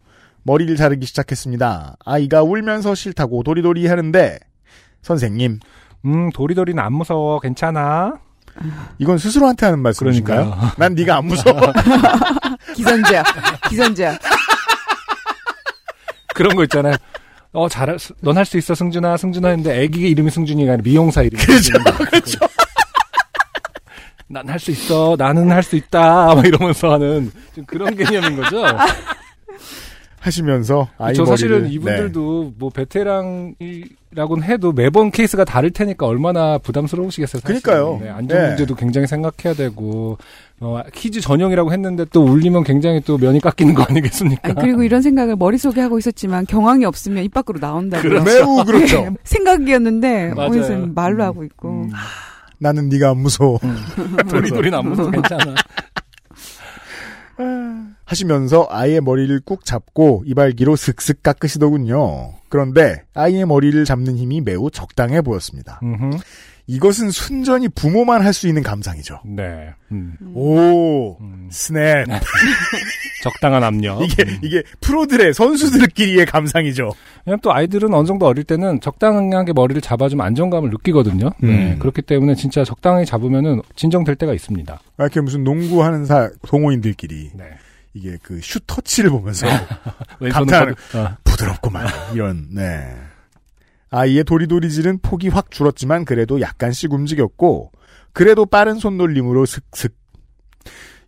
C: 머리를 자르기 시작했습니다. 아이가 울면서 싫다고 도리도리 하는데 선생님
D: 음, 도리도리는 안 무서워. 괜찮아.
C: 이건 스스로한테 하는 말씀이신가요?
D: 그러니까요.
C: 난 네가 안
D: [laughs]
C: 무서워. [laughs]
B: 기선제압. 기선제압.
D: 그런 거 있잖아요. [laughs] 어, 잘, 넌 할 수 있어, 승준아, 승준아 했는데 애기 이름이 승준이가 아니라 미용사 이름이. 그렇죠, 그렇죠. 난 할 수 있어, 나는 할 수 있다, 막 이러면서 하는 좀 그런 개념인 거죠.
C: 하시면서 아이
D: 저
C: 머리를
D: 사실은
C: 네.
D: 이분들도 뭐 베테랑이라고는 해도 매번 케이스가 다를 테니까 얼마나 부담스러우시겠어요. 사실은.
C: 그러니까요.
D: 네, 안전
C: 네.
D: 문제도 굉장히 생각해야 되고 어, 키즈 전용이라고 했는데 또 울리면 굉장히 또 면이 깎이는 거 아니겠습니까?
B: 아니, 그리고 이런 생각을 머릿속에 하고 있었지만 경황이 없으면 입 밖으로 나온다고.
C: 네. 매우
D: 네.
C: 그렇죠.
B: [laughs] 생각이었는데
D: 맞아요.
B: 어디서 말로 하고 있고.
D: 음. [laughs]
C: 나는 네가 안 무서워.
D: 도리도리 안 무서워 괜찮아.
C: 하시면서 아이의 머리를 꾹 잡고 이발기로 슥슥 깎으시더군요. 그런데 아이의 머리를 잡는 힘이 매우 적당해 보였습니다.
D: 음흠.
C: 이것은 순전히 부모만 할 수 있는 감상이죠.
D: 네. 음.
C: 오
D: 음.
C: 스냅
D: 적당한 압력.
C: 이게 이게 프로들의 선수들끼리의 감상이죠.
D: 왜냐면 또 아이들은 어느 정도 어릴 때는 적당하게 머리를 잡아주면 안정감을 느끼거든요. 네,
C: 음.
D: 그렇기 때문에 진짜 적당히 잡으면은 진정될 때가 있습니다.
C: 아, 이렇게 무슨 농구하는 사 동호인들끼리
D: 네.
C: 이게 그 슛 터치를 보면서
D: 왼손은
C: 감탄을-
D: 바로- 어.
C: 부드럽구만 이런 네 아이의 도리도리질은 폭이 확 줄었지만 그래도 약간씩 움직였고 그래도 빠른 손놀림으로 슥슥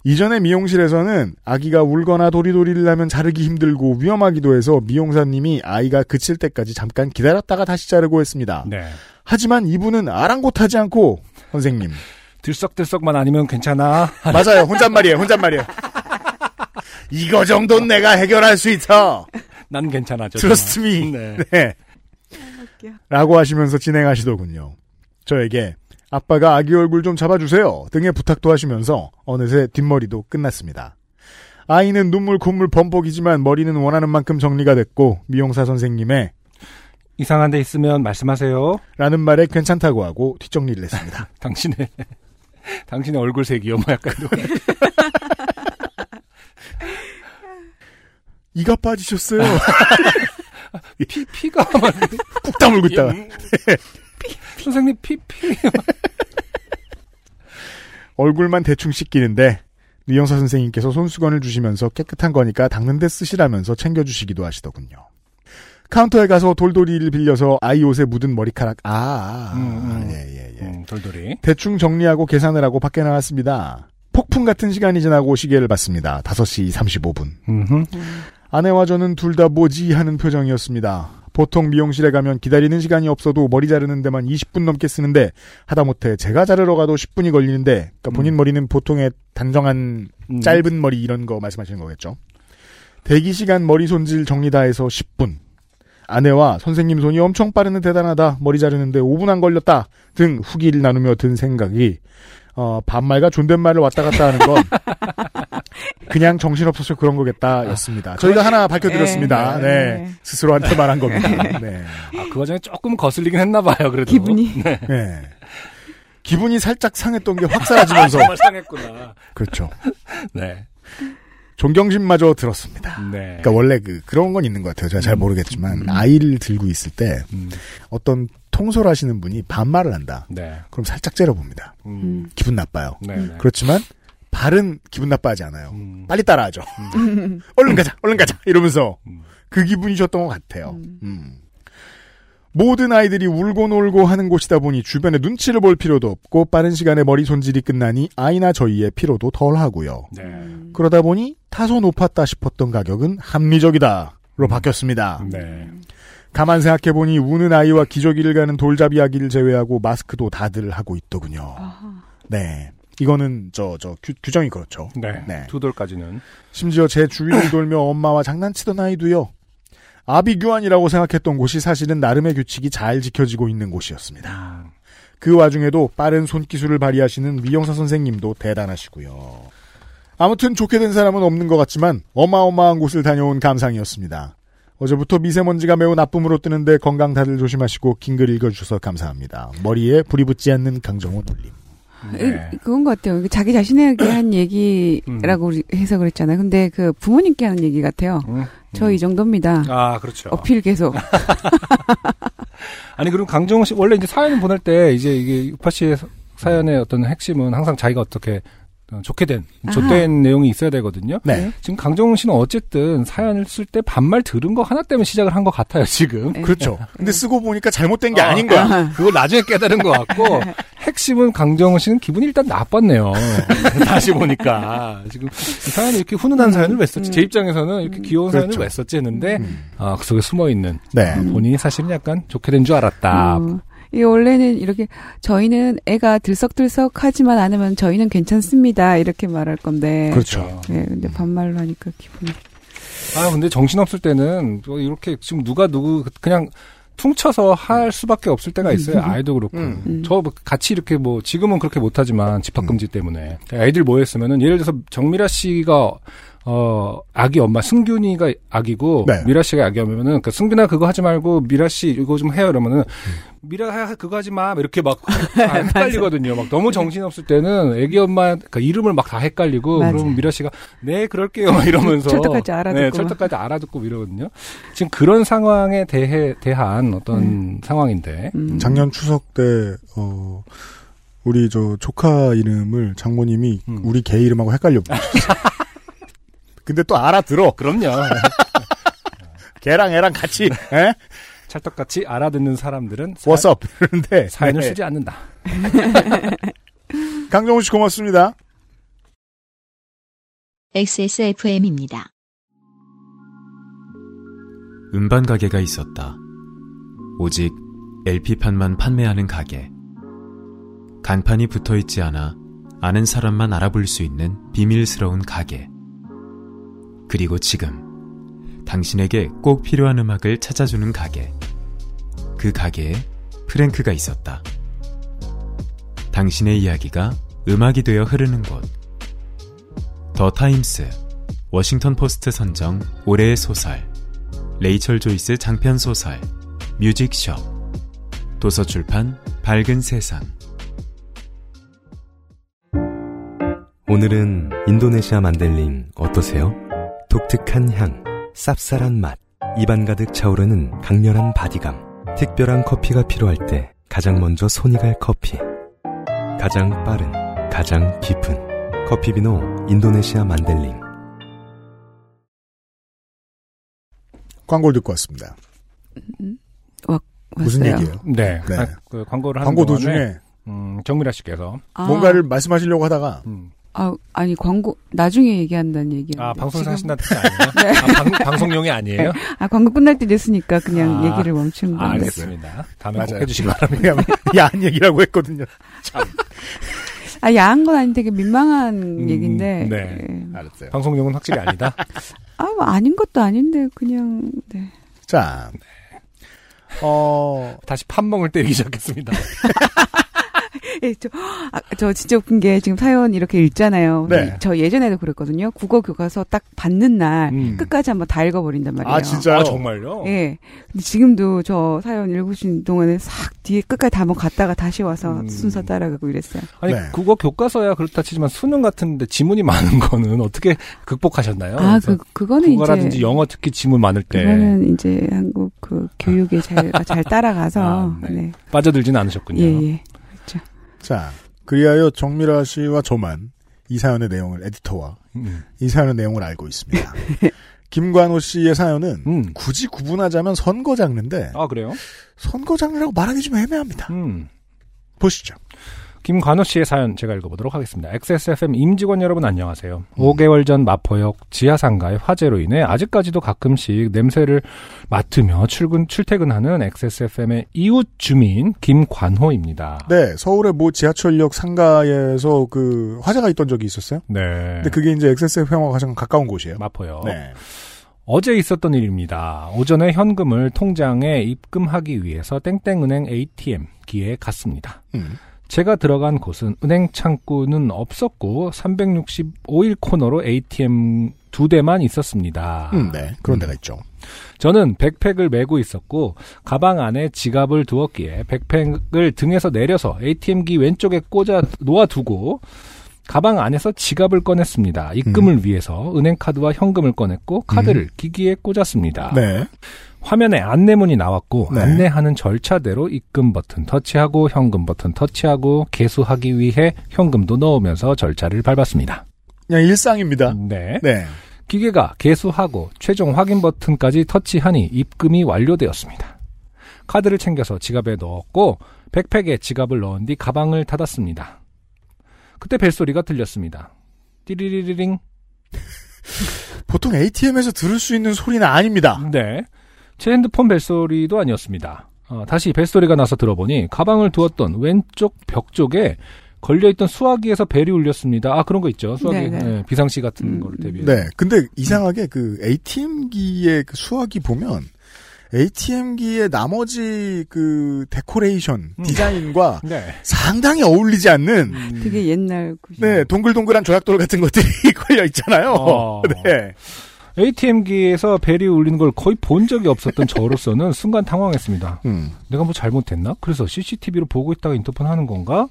C: 이전에 미용실에서는 아기가 울거나 도리도리를 하면 자르기 힘들고 위험하기도 해서 미용사님이 아이가 그칠 때까지 잠깐 기다렸다가 다시 자르고 했습니다.
D: 네.
C: 하지만 이분은 아랑곳하지 않고 선생님
D: 들썩들썩만 아니면 괜찮아.
C: 맞아요 혼잣말이에요 혼잣말이에요 이거 정도는 내가 해결할 수 있어
D: [laughs] 난 괜찮아. 저
C: 트러스트 미
D: 네.
C: 네. 라고 하시면서 진행하시더군요. 저에게 아빠가 아기 얼굴 좀 잡아주세요 등의 부탁도 하시면서 어느새 뒷머리도 끝났습니다. 아이는 눈물 콧물 범벅이지만 머리는 원하는 만큼 정리가 됐고 미용사 선생님의
D: 이상한 데 있으면 말씀하세요.
C: 라는 말에 괜찮다고 하고 뒷정리를
D: [laughs]
C: 했습니다.
D: 당신의 당신의 얼굴색이요. 뭐 약간 이런.
C: 이가 빠지셨어요.
D: 피 피가 막
C: 꾹 다물고 있다가
D: 음. 선생님 [laughs] 피피 예,
C: 얼굴만 대충 씻기는데 미용사 선생님께서 손수건을 주시면서 깨끗한 거니까 닦는데 쓰시라면서 챙겨주시기도 하시더군요. 카운터에 가서 돌돌이를 빌려서 아이 옷에 묻은 머리카락 아
D: 음, 음.
C: 예예예
D: 음, 돌돌이.
C: 대충 정리하고 계산을 하고 밖에 나왔습니다. 폭풍 같은 시간이 지나고 시계를 봤습니다. 5시 35분.
D: 음흠.
C: 아내와 저는 둘 다 뭐지 하는 표정이었습니다. 보통 미용실에 가면 기다리는 시간이 없어도 머리 자르는 데만 20분 넘게 쓰는데 하다못해 제가 자르러 가도 10분이 걸리는데 그러니까 본인
D: 음.
C: 머리는 보통의 단정한
D: 음.
C: 짧은 머리 이런 거 말씀하시는 거겠죠. 대기 시간 머리 손질 정리 다 해서 10분. 아내와 선생님 손이 엄청 빠르는 대단하다. 머리 자르는데 5분 안 걸렸다. 등 후기를 나누며 든 생각이 어, 반말과 존댓말을 왔다 갔다 하는 건 그냥 정신없어서 그런 거겠다였습니다. 저희가 하나 밝혀드렸습니다.
B: 네,
C: 네.
B: 네.
C: 스스로한테 말한 겁니다. 네.
D: 아, 그 과정에 조금 거슬리긴 했나 봐요. 그래도.
B: 기분이
C: 네. 기분이 살짝 상했던 게 확
D: [laughs]
C: 사라지면서
D: 정말 상했구나.
C: 그렇죠.
D: 네.
C: 존경심마저 들었습니다.
D: 네.
C: 그러니까 원래 그 그런 건 있는 것 같아요. 제가 잘 모르겠지만 아이를 들고 있을 때
D: 음,
C: 어떤 통솔하시는 분이 반말을 한다.
D: 네.
C: 그럼 살짝 째려봅니다.
D: 음,
C: 기분 나빠요.
D: 네. 네.
C: 그렇지만 발은 기분 나빠하지 않아요.
D: 음.
C: 빨리 따라하죠. 얼른 가자, 얼른 가자 이러면서
D: 음.
C: 그 기분이셨던 것 같아요. 음. 모든 아이들이 울고 놀고 하는 곳이다 보니 주변에 눈치를 볼 필요도 없고 빠른 시간에 머리 손질이 끝나니 아이나 저희의 피로도 덜하고요.
D: 네.
C: 그러다 보니 타소 높았다 싶었던 가격은 합리적이다로 바뀌었습니다.
D: 음. 네.
C: 가만 생각해 보니 우는 아이와 기저귀를 가는 돌잡이 아기를 제외하고 마스크도 다들 하고 있더군요. 네, 이거는 저 저 규정이 그렇죠.
D: 네.
C: 네.
D: 두 돌까지는.
C: 심지어 제 주위를
D: [clears throat]
C: 돌며 엄마와 장난치던 아이도요. 아비규환이라고 생각했던 곳이 사실은 나름의 규칙이 잘 지켜지고 있는
B: 아,
C: 곳이었습니다. 그 와중에도 빠른 손기술을 발휘하시는 미영사 선생님도 대단하시고요. 아무튼 좋게 된 사람은 없는 것 같지만 어마어마한 곳을 다녀온 감상이었습니다. 어제부터 미세먼지가 매우 나쁨으로 뜨는데 건강 다들 조심하시고 긴 글 읽어주셔서 감사합니다. 머리에 불이 붙지 않는 강정호 놀림.
D: 네. 음.
B: 이- 그건 것 같아요. 자기 자신에게 한 얘기라고 우리 해서 그랬잖아요. 근데 그 부모님께 하는 얘기 같아요.
D: 음.
B: 저 이 정도입니다.
D: 아, 그렇죠.
B: 어필 계속.
D: 아니 그리고 강정호 씨 원래 이제 사연을 보낼 때 이제 이게 유파 씨의 사- 사연의 어떤 핵심은 항상 자기가 어떻게 어, 좋게 된, 좋된 내용이 있어야 되거든요.
C: 네.
D: 지금 강정호 씨는 어쨌든 사연을 쓸 때 반말 들은 거 하나 때문에 시작을 한 것 같아요, 지금.
B: 네.
C: 그렇죠. 근데 쓰고 보니까 잘못된 게
D: 아,
C: 아닌 거야.
D: 그걸 나중에 깨달은 것 같고, 핵심은 강정호 씨는 기분이 일단 나빴네요. 다시 보니까. 지금 이 사연이 이렇게 훈훈한 사연을 왜 썼지? 제 입장에서는 이렇게 귀여운
C: 그렇죠.
D: 사연을 왜 썼지 했는데, 아, 그 속에 숨어있는
C: 네.
B: 음.
D: 본인이 사실은 약간 좋게 된 줄 알았다.
B: 어, 이게 원래는 이렇게 저희는 애가 들썩들썩 하지만 않으면 저희는 괜찮습니다. 이렇게 말할 건데.
C: 그렇죠.
B: 네, 근데 반말로 하니까 기분이.
D: 아 근데 정신 없을 때는 또 이렇게 지금 누가 누구 그냥 퉁쳐서 할 수밖에 없을 때가 있어요. 아이도 그렇고
B: 음.
D: 저뭐 같이 이렇게 뭐 지금은 그렇게 못하지만 집합 금지 때문에 아이들 모였으면은 예를 들어서 정미라 씨가 어 아기 엄마 승균이가 아기고
C: 네.
D: 미라 씨가 아기 엄마면은 그 승균아 그거 하지 말고 미라 씨 이거 좀 해요 이러면은 미라 하- 그거 하지 마 이렇게 막 안 헷갈리거든요. 막 너무 정신 없을 때는 아기 엄마 그 이름을 막 다 헷갈리고
B: 맞아요.
D: 그럼 미라 씨가 네 그럴게요 막 이러면서
B: 철떡같이 알아듣고
D: 네,
B: 막.
D: 철떡까지 알아듣고 이러거든요. 지금 그런 상황에 대해 대한 어떤 상황인데
B: 음.
C: 작년 추석 때, 어, 우리 저 조카 이름을 장모님이
D: 음.
C: 우리 개 이름하고 헷갈려 부르셨어요.
B: [laughs]
C: 근데 또 알아들어.
D: 그럼요. [laughs]
C: 개랑 애랑 같이, 예? 에?
D: 찰떡같이 알아듣는 사람들은 사,
C: What's up? 그런데. 네.
D: 연을 쓰지 않는다.
C: 강정우 씨 고맙습니다.
A: XSFM입니다.
G: 음반 가게가 있었다. 오직 LP판만 판매하는 가게. 간판이 붙어 있지 않아 아는 사람만 알아볼 수 있는 비밀스러운 가게. 그리고 지금 당신에게 꼭 필요한 음악을 찾아주는 가게. 그 가게에 프랭크가 있었다. 당신의 이야기가 음악이 되어 흐르는 곳. 더 타임스, 워싱턴 포스트 선정 올해의 소설. 레이철 조이스 장편 소설 뮤직숍 도서출판 밝은 세상
H: 오늘은 인도네시아 만델링 어떠세요? 독특한 향, 쌉쌀한 맛, 입안 가득 차오르는 강렬한 바디감. 특별한 커피가 필요할 때 가장 먼저 손이 갈 커피. 가장 빠른, 가장 깊은 커피비노 인도네시아 만델링.
C: 광고를 듣고 왔습니다.
B: 왔어요.
C: 무슨 얘기예요?
D: 네.
C: 네.
D: 아, 그 광고를 하는
C: 광고
D: 동안에,
C: 도중에
D: 음, 정미라 씨께서
B: 아,
C: 뭔가를 말씀하시려고 하다가
D: 음,
B: 아, 아니, 광고, 나중에 얘기한다는 얘기.
D: 아 방송사
B: 지금- 네.
D: 하신다는 뜻
B: [laughs]
D: 아니에요? 아, 방, 방송용이 아니에요?
B: 아, 광고 끝날 때 됐으니까 그냥
D: 아,
B: 얘기를 멈춘
D: 아,
B: 건데.
D: 알겠습니다. 다음에 꼭
C: 맞아요. [laughs]
D: 해주시기 바랍니다.
C: 그냥 야한 얘기라고 했거든요.
B: 아, 야한 건 아닌데 되게 민망한 얘기인데.
D: 네.
B: 예.
C: 알았어요.
D: 방송용은 확실히 아니다.
B: 아, 뭐 아닌 것도 아닌데 그냥 네.
C: 자, 어,
D: 다시 판멍을 때리기 시작했습니다.
B: 예, 저, 아, 저 진짜 웃긴 게 지금 사연 이렇게 읽잖아요.
C: 네.
B: 저 예전에도 그랬거든요. 국어 교과서 딱 받는 날
D: 음.
B: 끝까지 한번 다 읽어버린단 말이에요.
C: 아 진짜요?
D: 아, 정말요?
B: 예. 근데 지금도 저 사연 읽으신 동안에 싹 뒤에 끝까지 다 한번 갔다가 다시 와서
D: 음.
B: 순서 따라가고 이랬어요.
D: 아니
C: 네.
D: 국어 교과서야 그렇다 치지만 수능 같은데 지문이 많은 거는 어떻게 극복하셨나요?
B: 아,
D: 그래서
B: 그, 그거는
D: 국어라든지
B: 이제.
D: 영어 특히 지문 많을 때
B: 그거는 이제 한국 그 교육에
D: [laughs]
B: 잘, 잘 따라가서.
D: 아, 네.
B: 네.
D: 빠져들진 않으셨군요.
B: 예, 예.
C: 자, 그리하여 정미라 씨와 저만 이 사연의 내용을 에디터와
D: 음.
C: 이 사연의 내용을 알고
B: [laughs]
C: 있습니다. 김관호 씨의 사연은
D: 음.
C: 굳이 구분하자면 선거 장르인데
D: 아 그래요?
C: 선거 장르라고 말하기 좀 애매합니다.
D: 음.
C: 보시죠.
D: 김관호 씨의 사연 제가 읽어보도록 하겠습니다. XSFM 임직원 여러분 안녕하세요.
C: 음.
D: 5개월 전 마포역 지하상가의 화재로 인해 아직까지도 가끔씩 냄새를 맡으며 출근 출퇴근하는 XSFM의 이웃 주민 김관호입니다.
C: 네, 서울의 모 지하철역 상가에서 그 화재가 있던 적이 있었어요.
D: 네.
C: 근데 그게 이제 XSFM과 가장 가까운 곳이에요.
D: 마포역.
C: 네.
D: 어제 있었던 일입니다. 오전에 현금을 통장에 입금하기 위해서 땡땡은행 ATM 기에 갔습니다.
C: 음.
D: 제가 들어간 곳은 은행 창구는 없었고 365일 코너로 ATM 두 대만 있었습니다.
C: 음, 네. 그런 데가 있죠.
D: 저는 백팩을 메고 있었고 가방 안에 지갑을 두었기에 백팩을 등에서 내려서 ATM기 왼쪽에 꽂아 놓아두고 가방 안에서 지갑을 꺼냈습니다.
C: 음.
D: 입금을 위해서 은행 카드와 현금을 꺼냈고 카드를 기기에 꽂았습니다.
C: 네.
D: 화면에 안내문이 나왔고
C: 네.
D: 안내하는 절차대로 입금 버튼 터치하고 현금 버튼 터치하고 개수하기 위해 현금도 넣으면서 절차를 밟았습니다.
C: 그냥 일상입니다.
D: 네.
C: 네.
D: 기계가 개수하고 최종 확인 버튼까지 터치하니 입금이 완료되었습니다. 카드를 챙겨서 지갑에 넣었고 백팩에 지갑을 넣은 뒤 가방을 닫았습니다. 그때 벨소리가 들렸습니다. 띠리리리링
C: 보통 ATM에서 들을 수 있는 소리는 아닙니다.
D: 네. 제 핸드폰 벨소리도 아니었습니다. 어, 다시 벨소리가 나서 들어보니 가방을 두었던 왼쪽 벽 쪽에 걸려있던 수화기에서 벨이 울렸습니다. 아 그런 거 있죠. 수화기
B: 네네.
D: 네, 비상시 같은
B: 음,
D: 거를
B: 음.
D: 대비해서.
C: 네. 근데 이상하게 그 ATM기의 그 수화기 보면 ATM기의 나머지 그 데코레이션,
D: 음.
C: 디자인과
D: 네.
C: 상당히 어울리지 않는
D: 음.
B: 되게 옛날 구십.
C: 네, 동글동글한 조약돌 같은 것들이 [laughs] 걸려 있잖아요.
D: 어.
C: [laughs] 네.
D: ATM기에서 벨이 울리는 걸 거의 본 적이 없었던 저로서는 순간 당황했습니다.
C: 음.
D: 내가 뭐 잘못했나? 그래서 CCTV로 보고 있다가 인터폰 하는 건가?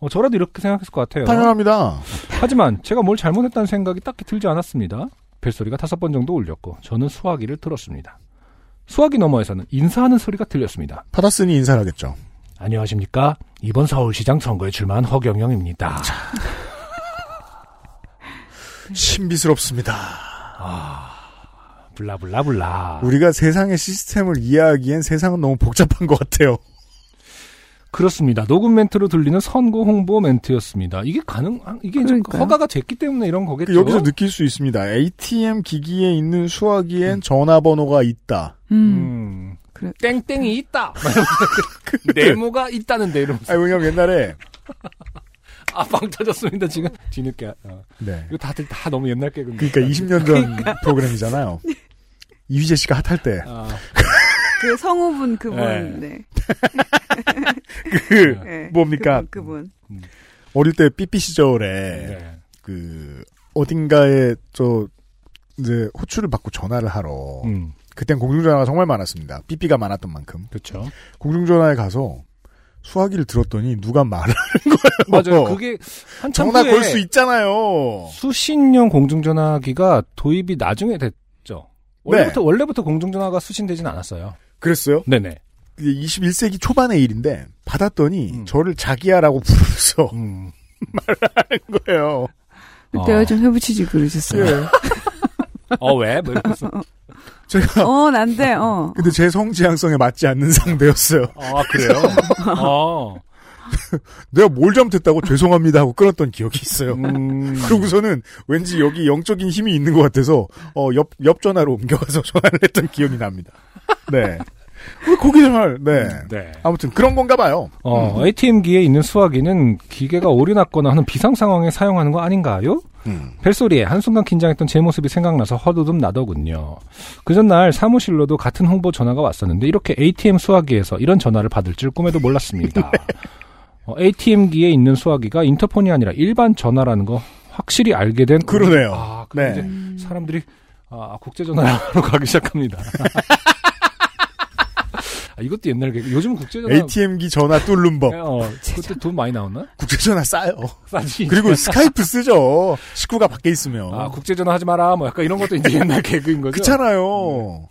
D: 어, 저라도 이렇게 생각했을 것 같아요.
C: 당연합니다.
D: 하지만 제가 뭘 잘못했다는 생각이 딱히 들지 않았습니다. 벨소리가 다섯 번 정도 울렸고 저는 수화기를 들었습니다. 수화기 너머에서는 인사하는 소리가 들렸습니다.
C: 받았으니 인사를 하겠죠.
D: 안녕하십니까? 이번 서울시장 선거에 출마한 허경영입니다.
C: 신비스럽습니다.
D: 블라블라블라.
C: 아. 우리가 세상의 시스템을 이해하기엔 세상은 너무 복잡한 것 같아요.
D: 그렇습니다. 녹음 멘트로 들리는 선거 홍보 멘트였습니다. 이게 가능? 한 이게 이제
B: 그러니까요.
D: 허가가 됐기 때문에 이런 거겠죠.
C: 그 여기서 느낄 수 있습니다. ATM 기기에 있는 수화기엔 전화번호가 있다.
B: 음.
D: 음,
B: 그래.
D: 땡땡이
C: [laughs]
D: 있다.
C: 그
D: 그 네모가 있다는데 이러면서
C: 아, 왜냐면 옛날에
D: 아빵
C: [laughs]
D: 터졌습니다 지금 뒤늦게. 어.
C: 네.
D: 이거 다들 다 너무 옛날 개그입니다.
C: 그러니까 네. 20년 전 [laughs] 프로그램이잖아요. 이휘재 씨가 핫할 때
D: 아,
B: 그 성우분 그분.
D: 네.
B: 네.
C: 그
D: 예,
B: 네.
C: 뭡니까?
B: 그분, 그분.
C: 어릴 때 삐삐 시절에
D: 네.
C: 그 어딘가에 저 이제 호출을 받고 전화를 하러
D: 음,
C: 그땐 공중전화가 정말 많았습니다. 삐삐가 많았던 만큼
D: 그렇죠.
C: 공중전화에 가서 수화기를 들었더니 누가 말을
D: [laughs] 맞아요. 어, 그게 한참
C: 전화 걸 수
D: 후에 어.
C: 있잖아요.
D: 수신용 공중전화기가 도입이 나중에 됐죠. 원래부터 원래부터 공중전화가 수신되진 않았어요.
C: 그랬어요?
D: 네네.
C: 이게 21세기 초반의 일인데 받았더니
D: 음.
C: 저를 자기야라고 부르면서 [laughs]
D: 음.
C: 한 거예요.
B: 아. 그때가
D: 어.
B: 좀 회부치지
D: 예.
B: 그러셨어요.
D: 어 왜? 뭐 이러면서.
C: 제가
B: 어, 난데, 어.
C: 근데 제 성지향성에 맞지 않는 상대였어요.
D: 아 그래요? [laughs] 어.
C: 내가 뭘 잘못했다고 죄송합니다 하고 끊었던 기억이 있어요.
D: 음.
C: 그러고서는 왠지 여기 영적인 힘이 있는 것 같아서 어, 옆, 옆 전화로 옮겨가서 [laughs] 전화를 했던 기억이 납니다.
D: [laughs]
C: 네. 왜 거기 전화를 네.
D: 네.
C: 아무튼 그런 건가 봐요.
D: 어, ATM기에 있는 수화기는 기계가 오류났거나 하는 비상 상황에 사용하는 거 아닌가요?
C: 음.
D: 벨소리에 한순간 긴장했던 제 모습이 생각나서 허드름 나더군요. 그 전날 사무실로도 같은 홍보 전화가 왔었는데 이렇게 ATM 수화기에서 이런 전화를 받을 줄
C: [laughs]
D: 꿈에도 몰랐습니다.
C: 네.
D: 어, ATM기에 있는 수화기가 인터폰이 아니라 일반 전화라는 거 확실히 알게 된
C: 그러네요.
D: 아,
C: 네.
D: 네. 이제 사람들이 아, 국제 전화로 [laughs]
C: [laughs]
D: 가기 시작합니다. 아, 이것도 옛날 개 요즘 국제 전화
C: ATM기 전화 뚫는 법.
D: 어, 그때 돈 많이 나오나?
C: 국제전화 싸요.
D: 싸지.
C: 그리고 스카이프 쓰죠. 식구가 밖에 있으면.
D: 아, 국제전화 하지 마라. 뭐 약간 이런 것도 이제 옛날 개그인 거죠.
C: 그렇잖아요.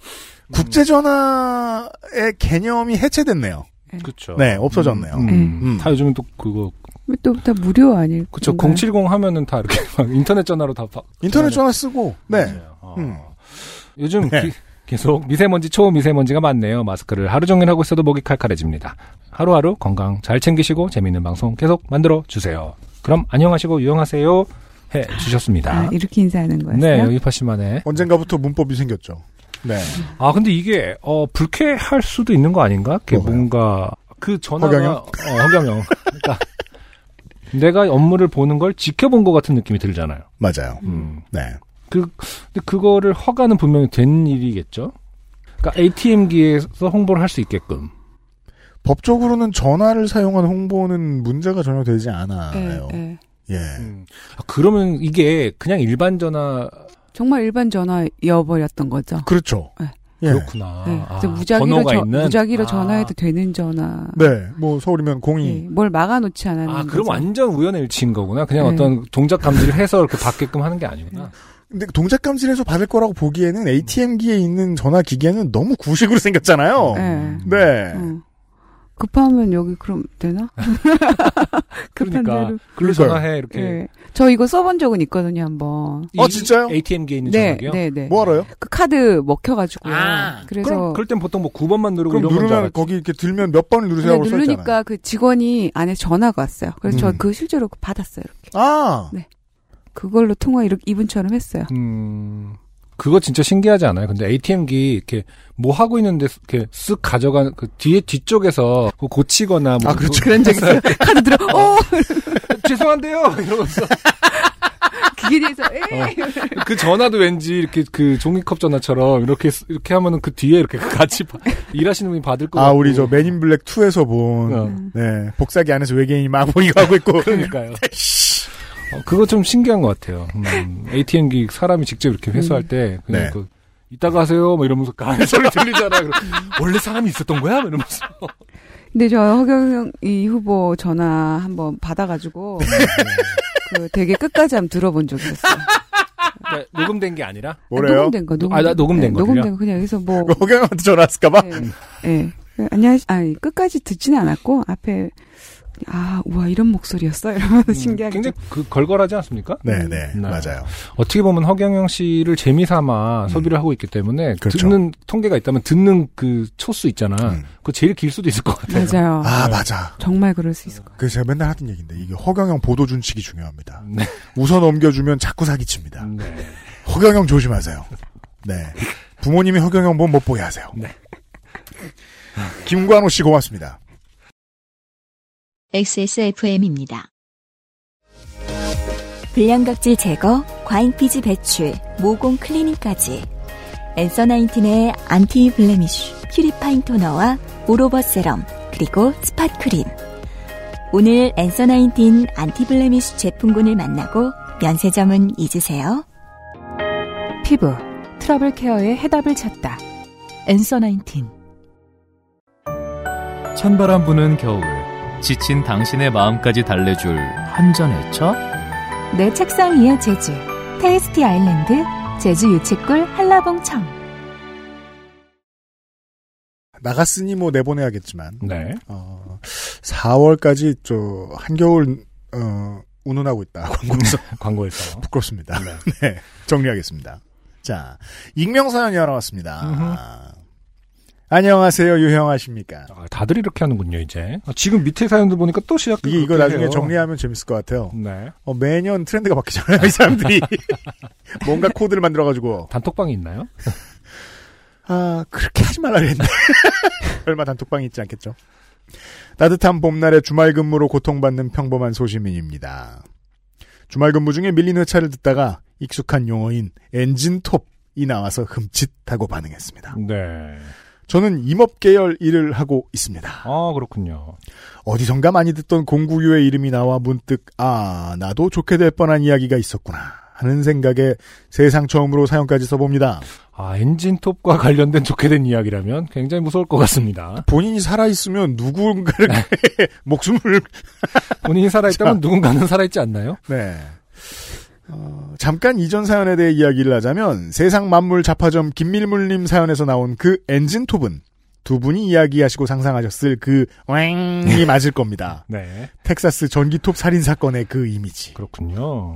C: 국제전화의 개념이 해체됐네요.
D: 그쵸.
C: 네, 없어졌네요.
D: 음,
C: 음.
D: 다 요즘은 또 그거
B: 또 다 무료 아닐
D: 그쵸.
B: 건가요?
D: 070 하면은 다 이렇게 막 인터넷 전화로 다. 바-
C: 인터넷 전화 쓰고 네.
D: 어.
C: 음.
D: 요즘
C: 네.
D: 기- 계속 미세먼지, 초미세먼지가 많네요. 마스크를 하루 종일 하고 있어도 목이 칼칼해집니다. 하루하루 건강 잘 챙기시고 재미있는 방송 계속 만들어 주세요. 그럼 안녕하시고 유용하세요. 해 주셨습니다.
B: 아, 이렇게 인사하는 거였어요?
D: 네, 여기 파시만에.
C: 언젠가부터 문법이 생겼죠. 네.
D: 아, 근데 이게, 어, 불쾌할 수도 있는 거 아닌가? 그게
C: 뭐가요?
D: 뭔가, 그 전화가.
C: 허경영?
D: 어, 허경영. 그러니까 [laughs] 내가 업무를 보는 걸 지켜본 것 같은 느낌이 들잖아요.
C: 맞아요.
D: 음.
C: 네.
D: 근데 그거를 허가는 분명히 된 일이겠죠? 그러니까 ATM기에서 홍보를 할 수 있게끔.
C: 법적으로는 전화를 사용한 홍보는 문제가 전혀 되지
B: 네,
C: 않아요.
B: 네.
C: 예.
D: 아, 그러면 이게 그냥 일반 전화
B: 정말 일반 전화여버렸던 거죠.
C: 그렇죠.
B: 네.
C: 예.
D: 그렇구나.
B: 네.
D: 아,
B: 그래서 무작위로,
D: 번호가
B: 저-
D: 있는
B: 무작위로
D: 아.
B: 전화해도 되는 전화.
C: 네. 뭐 서울이면
B: 예,
C: 공이
B: 뭘 막아놓지 어. 않았는
D: 아, 그럼
B: 거죠.
D: 완전 우연의 일치인 거구나. 그냥
B: 네.
D: 어떤 동작 감지를 해서 이렇게 받게끔 하는 게 아니구나.
C: 근데 동작 감지에서 받을 거라고 보기에는 ATM기에 있는 전화 기계는 너무 구식으로 생겼잖아요.
B: 예.
C: 네.
B: 어. 급하면 여기 그럼 되나? [laughs] [laughs] 급한
D: 네. 그러니까
B: 대로.
C: 그러니까요.
D: 글로 전화해 이렇게.
B: 예. 저 이거 써본 적은 있거든요, 한번.
C: 어, 진짜요?
D: ATM기에 있는
B: 네,
D: 전화기요? 아,
B: 네, 네.
C: 뭐 알아요?
B: 그 카드 먹혀가지고요. 그래서
D: 그럼 그럴 땐 보통 뭐 9번만 누르고
C: 그럼
D: 이런 건줄
C: 누르면
D: 알았지.
C: 거기 이렇게 들면 몇 번을
B: 근데
C: 누르세요 하고 써있잖아요.
B: 누르니까 그 직원이 안에 전화가 왔어요. 그래서
C: 음.
B: 저 그 실제로 그 받았어요. 이렇게.
C: 아,
B: 네. 그걸로 통화 이렇게 이분처럼 했어요.
D: 음. 그거 진짜 신기하지 않아요? 근데 ATM기 이렇게 뭐 하고 있는데 이렇게 쓱 가져가는 그 뒤에 뒤쪽에서 그거 고치거나 뭐
C: 아, 그렇죠.
B: 그런 적 있어요. 카드 [laughs] 들어, [laughs] 어!
D: 죄송한데요. 이러면서
B: 기계에서, 에
D: 그 전화도 왠지 이렇게 그 종이컵 전화처럼 이렇게 쓰- 이렇게 하면은 그 뒤에 이렇게 [laughs] 같이 바- 일하시는 분이 받을 거
C: 아 우리 저 맨인 블랙 2에서 본
D: 어.
C: 네, 복사기 안에서 외계인이 막 보이고 하고 있고
D: 그러니까요.
C: [laughs]
D: 어, 그거 좀 신기한 것 같아요. 음, ATM기 사람이 직접 이렇게
B: 음.
D: 회수할 때 그냥
C: 네.
D: 그 이따가 하세요. 뭐 이러면서 가는 소리 들리잖아. 요 원래 사람이 있었던 거야? 막 이러면서.
B: 근데 저 허경영 이 후보 전화 한번 받아가지고, 그 되게 끝까지 한번 들어본 적이 있어요.
D: 그러니까 녹음된 게 아니라
C: 뭐래요?
B: 녹음된 거, 녹음된
D: 아,
B: 거.
D: 나 녹음된
B: 네,
D: 거를요?
B: 녹음된 거 그냥 여기서 뭐.
C: 허경한테 전화했을까봐
B: 예. 예. 안녕하시, 아니, 끝까지 듣지는 않았고, 앞에, 아, 우와, 이런 목소리였어? 이러면서
D: 음,
B: 신기하게.
D: 굉장히 그 걸걸하지 않습니까?
C: 네네
D: 네.
C: 맞아요
D: 어떻게 보면 허경영 씨를 재미삼아
C: 음.
D: 소비를 하고 있기 때문에
C: 그렇죠.
D: 듣는 통계가 있다면 듣는 그 초수 있잖아.
C: 음.
D: 그거 제일 길 수도 있을 것 같아요.
B: 맞아요.
C: 아 맞아
B: 정말 그럴 수 있을 것
C: 그 제가 맨날 하던 얘기인데 이게 허경영 보도 준칙이 중요합니다
D: 네.
C: 웃어 넘겨주면 자꾸 사기칩니다
D: 네.
C: 허경영 조심하세요 네 부모님이 허경영 보면 못 보게 하세요
D: 네.
C: 김관호 씨 고맙습니다
A: XSFM입니다.
I: 불량각질 제거, 어? 과잉피지 배출, 모공 클리닝까지. 엔서 나인틴의 안티 블레미쉬, 퓨리파인 토너와 오로버 세럼, 그리고 스팟 크림. 오늘 엔서 나인틴 안티 블레미쉬 제품군을 만나고 면세점은 잊으세요.
E: 피부 트러블 케어의 해답을 찾다. 엔서 19.
F: 찬바람 부는 겨울 지친 당신의 마음까지 달래줄 한 잔의 차?
E: 내 책상 위의 제주. 테이스티 아일랜드 제주 유채꿀 한라봉청.
C: 나갔으니 뭐 내보내야겠지만
D: 네.
C: 어, 4월까지 저 한겨울 어, 운운하고 있다
D: 네.
C: 광고에서
D: 광고에서.
C: 부끄럽습니다. [laughs] 네. 정리하겠습니다. 자, 익명사연이 하나 왔습니다. 안녕하세요, 유형하십니까?
D: 아, 다들 이렇게 하는군요, 이제. 아, 지금 밑에 사연들 보니까 또 시작.
C: 이게 이거 나중에 정리하면 재밌을 것 같아요.
D: 네.
C: 어, 매년 트렌드가 바뀌잖아요, 이 [laughs] 사람들이. 뭔가 코드를 만들어가지고.
D: 단톡방이 있나요?
C: 아, 그렇게 하지 말라 [laughs] 그랬는데. 얼마 단톡방이 있지 않겠죠? 따뜻한 봄날에 주말 근무로 고통받는 평범한 소시민입니다. 주말 근무 중에 밀린 회차를 듣다가 익숙한 용어인 엔진톱이 나와서 흠칫하고 반응했습니다.
D: 네.
C: 저는 임업 계열 일을 하고 있습니다.
D: 아, 그렇군요.
C: 어디선가 많이 듣던 공구유의 이름이 나와 문득 아 나도 좋게 될 뻔한 이야기가 있었구나 하는 생각에 세상 처음으로 사연까지 써봅니다.
D: 아, 엔진톱과 관련된 좋게 된 이야기라면 굉장히 무서울 것 같습니다.
C: 본인이 살아 있으면 누군가를 [laughs] 목숨을
D: 본인이 살아있다면 누군가는 살아있지 않나요?
C: 네. 어, 잠깐 이전 사연에 대해 이야기를 하자면 세상 만물 자파점 김밀물님 사연에서 나온 그 엔진톱은 두 분이 이야기하시고 상상하셨을 그 왱이 맞을 겁니다.
D: 네.
C: 텍사스 전기톱 살인 사건의 그 이미지.
D: 그렇군요.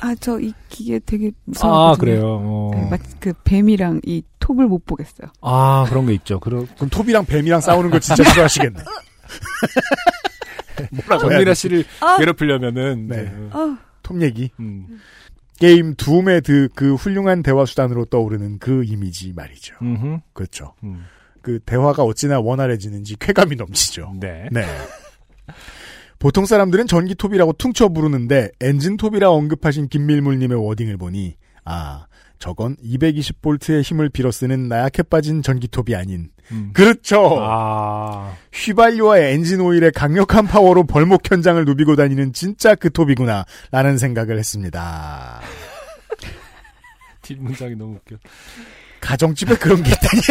B: 아, 저 이 기계 되게 무서워.
D: 아, 그래요. 어.
B: 네, 마치 그 뱀이랑 이 톱을 못 보겠어요.
D: 아, 그런 게
C: [laughs]
D: 있죠. 그런
C: 그럼 톱이랑 뱀이랑 싸우는 거 진짜 싫어하시겠네. 뭐라고 해야
D: 정미라
C: 되지?
D: 씨를 괴롭히려면은
C: 네.
D: 네.
C: 톱 얘기.
D: 음.
C: 게임 둠의 그, 그 훌륭한 대화 수단으로 떠오르는 그 이미지 말이죠.
D: 음흠.
C: 그렇죠.
D: 음.
C: 그 대화가 어찌나 원활해지는지 쾌감이 넘치죠.
D: 네.
C: 네. 보통 사람들은 전기톱이라고 퉁쳐 부르는데 엔진톱이라 언급하신 김밀물님의 워딩을 보니 아 저건 220볼트의 힘을 빌어 쓰는 나약해 빠진 전기톱이 아닌
D: 음.
C: 그렇죠
D: 아,
C: 휘발유와 엔진 오일의 강력한 파워로 벌목 현장을 누비고 다니는 진짜 그 톱이구나 라는 생각을 했습니다
D: 뒷문장이 너무 웃겨.
C: 가정집에 그런 게 있다니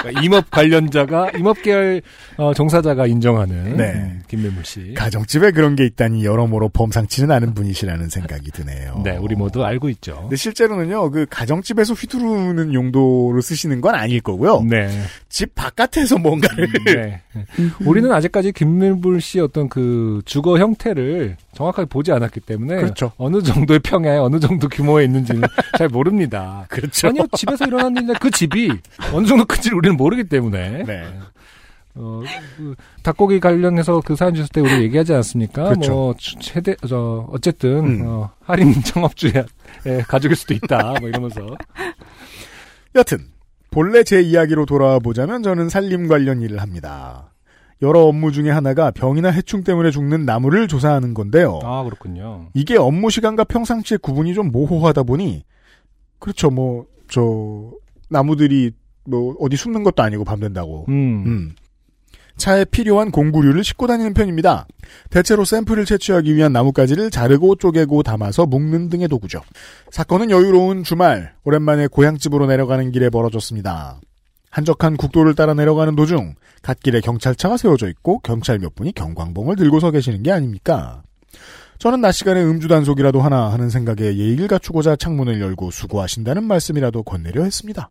D: 그러니까 임업 관련자가, 임업 계열 어, 종사자가 인정하는
C: 네.
D: 음, 김매물 씨.
C: 가정집에 그런 게 있다니 여러모로 범상치는 않은 분이시라는 생각이 드네요
D: 네, 우리 모두 알고 있죠.
C: 근데 실제로는요, 그 가정집에서 휘두르는 용도로 쓰시는 건 아닐 거고요.
D: 네.
C: 집 바깥에서 뭔가를.
D: 네. 우리는 아직까지 김밀불 씨의 어떤 그 주거 형태를 정확하게 보지 않았기 때문에
C: 그렇죠.
D: 어느 정도의 평야에 어느 정도 규모에
C: [laughs]
D: 있는지는 잘 모릅니다.
C: [laughs] 그렇죠.
D: 아니요, 집에서 일어난 일인데 그 집이 어느 정도 큰지를 우리는 모르기 때문에.
C: 네.
D: 어, 그 닭고기 관련해서 그 사연 주실 때 우리 얘기하지 않았습니까?
C: 그렇죠.
D: 뭐, 주- 최대, 저, 어쨌든,
C: 음.
D: 어, 할인 창업주의 예, 가족일 수도 있다. 뭐 이러면서.
C: 여튼, 본래 제 이야기로 돌아와 보자면 저는 산림 관련 일을 합니다. 여러 업무 중에 하나가 병이나 해충 때문에 죽는 나무를 조사하는 건데요.
D: 아, 그렇군요.
C: 이게 업무 시간과 평상시의 구분이 좀 모호하다 보니, 그렇죠, 뭐, 저, 나무들이 뭐, 어디 숨는 것도 아니고 밤 된다고.
D: 음.
C: 음. 차에 필요한 공구류를 싣고 다니는 편입니다. 대체로 샘플을 채취하기 위한 나뭇가지를 자르고 쪼개고 담아서 묶는 등의 도구죠. 사건은 여유로운 주말, 오랜만에 고향집으로 내려가는 길에 벌어졌습니다. 한적한 국도를 따라 내려가는 도중, 갓길에 경찰차가 세워져 있고, 경찰 몇 분이 경광봉을 들고 서 계시는 게 아닙니까? 저는 낮 시간에 음주단속이라도 하나 하는 생각에 예의를 갖추고자 창문을 열고 수고하신다는 말씀이라도 건네려 했습니다.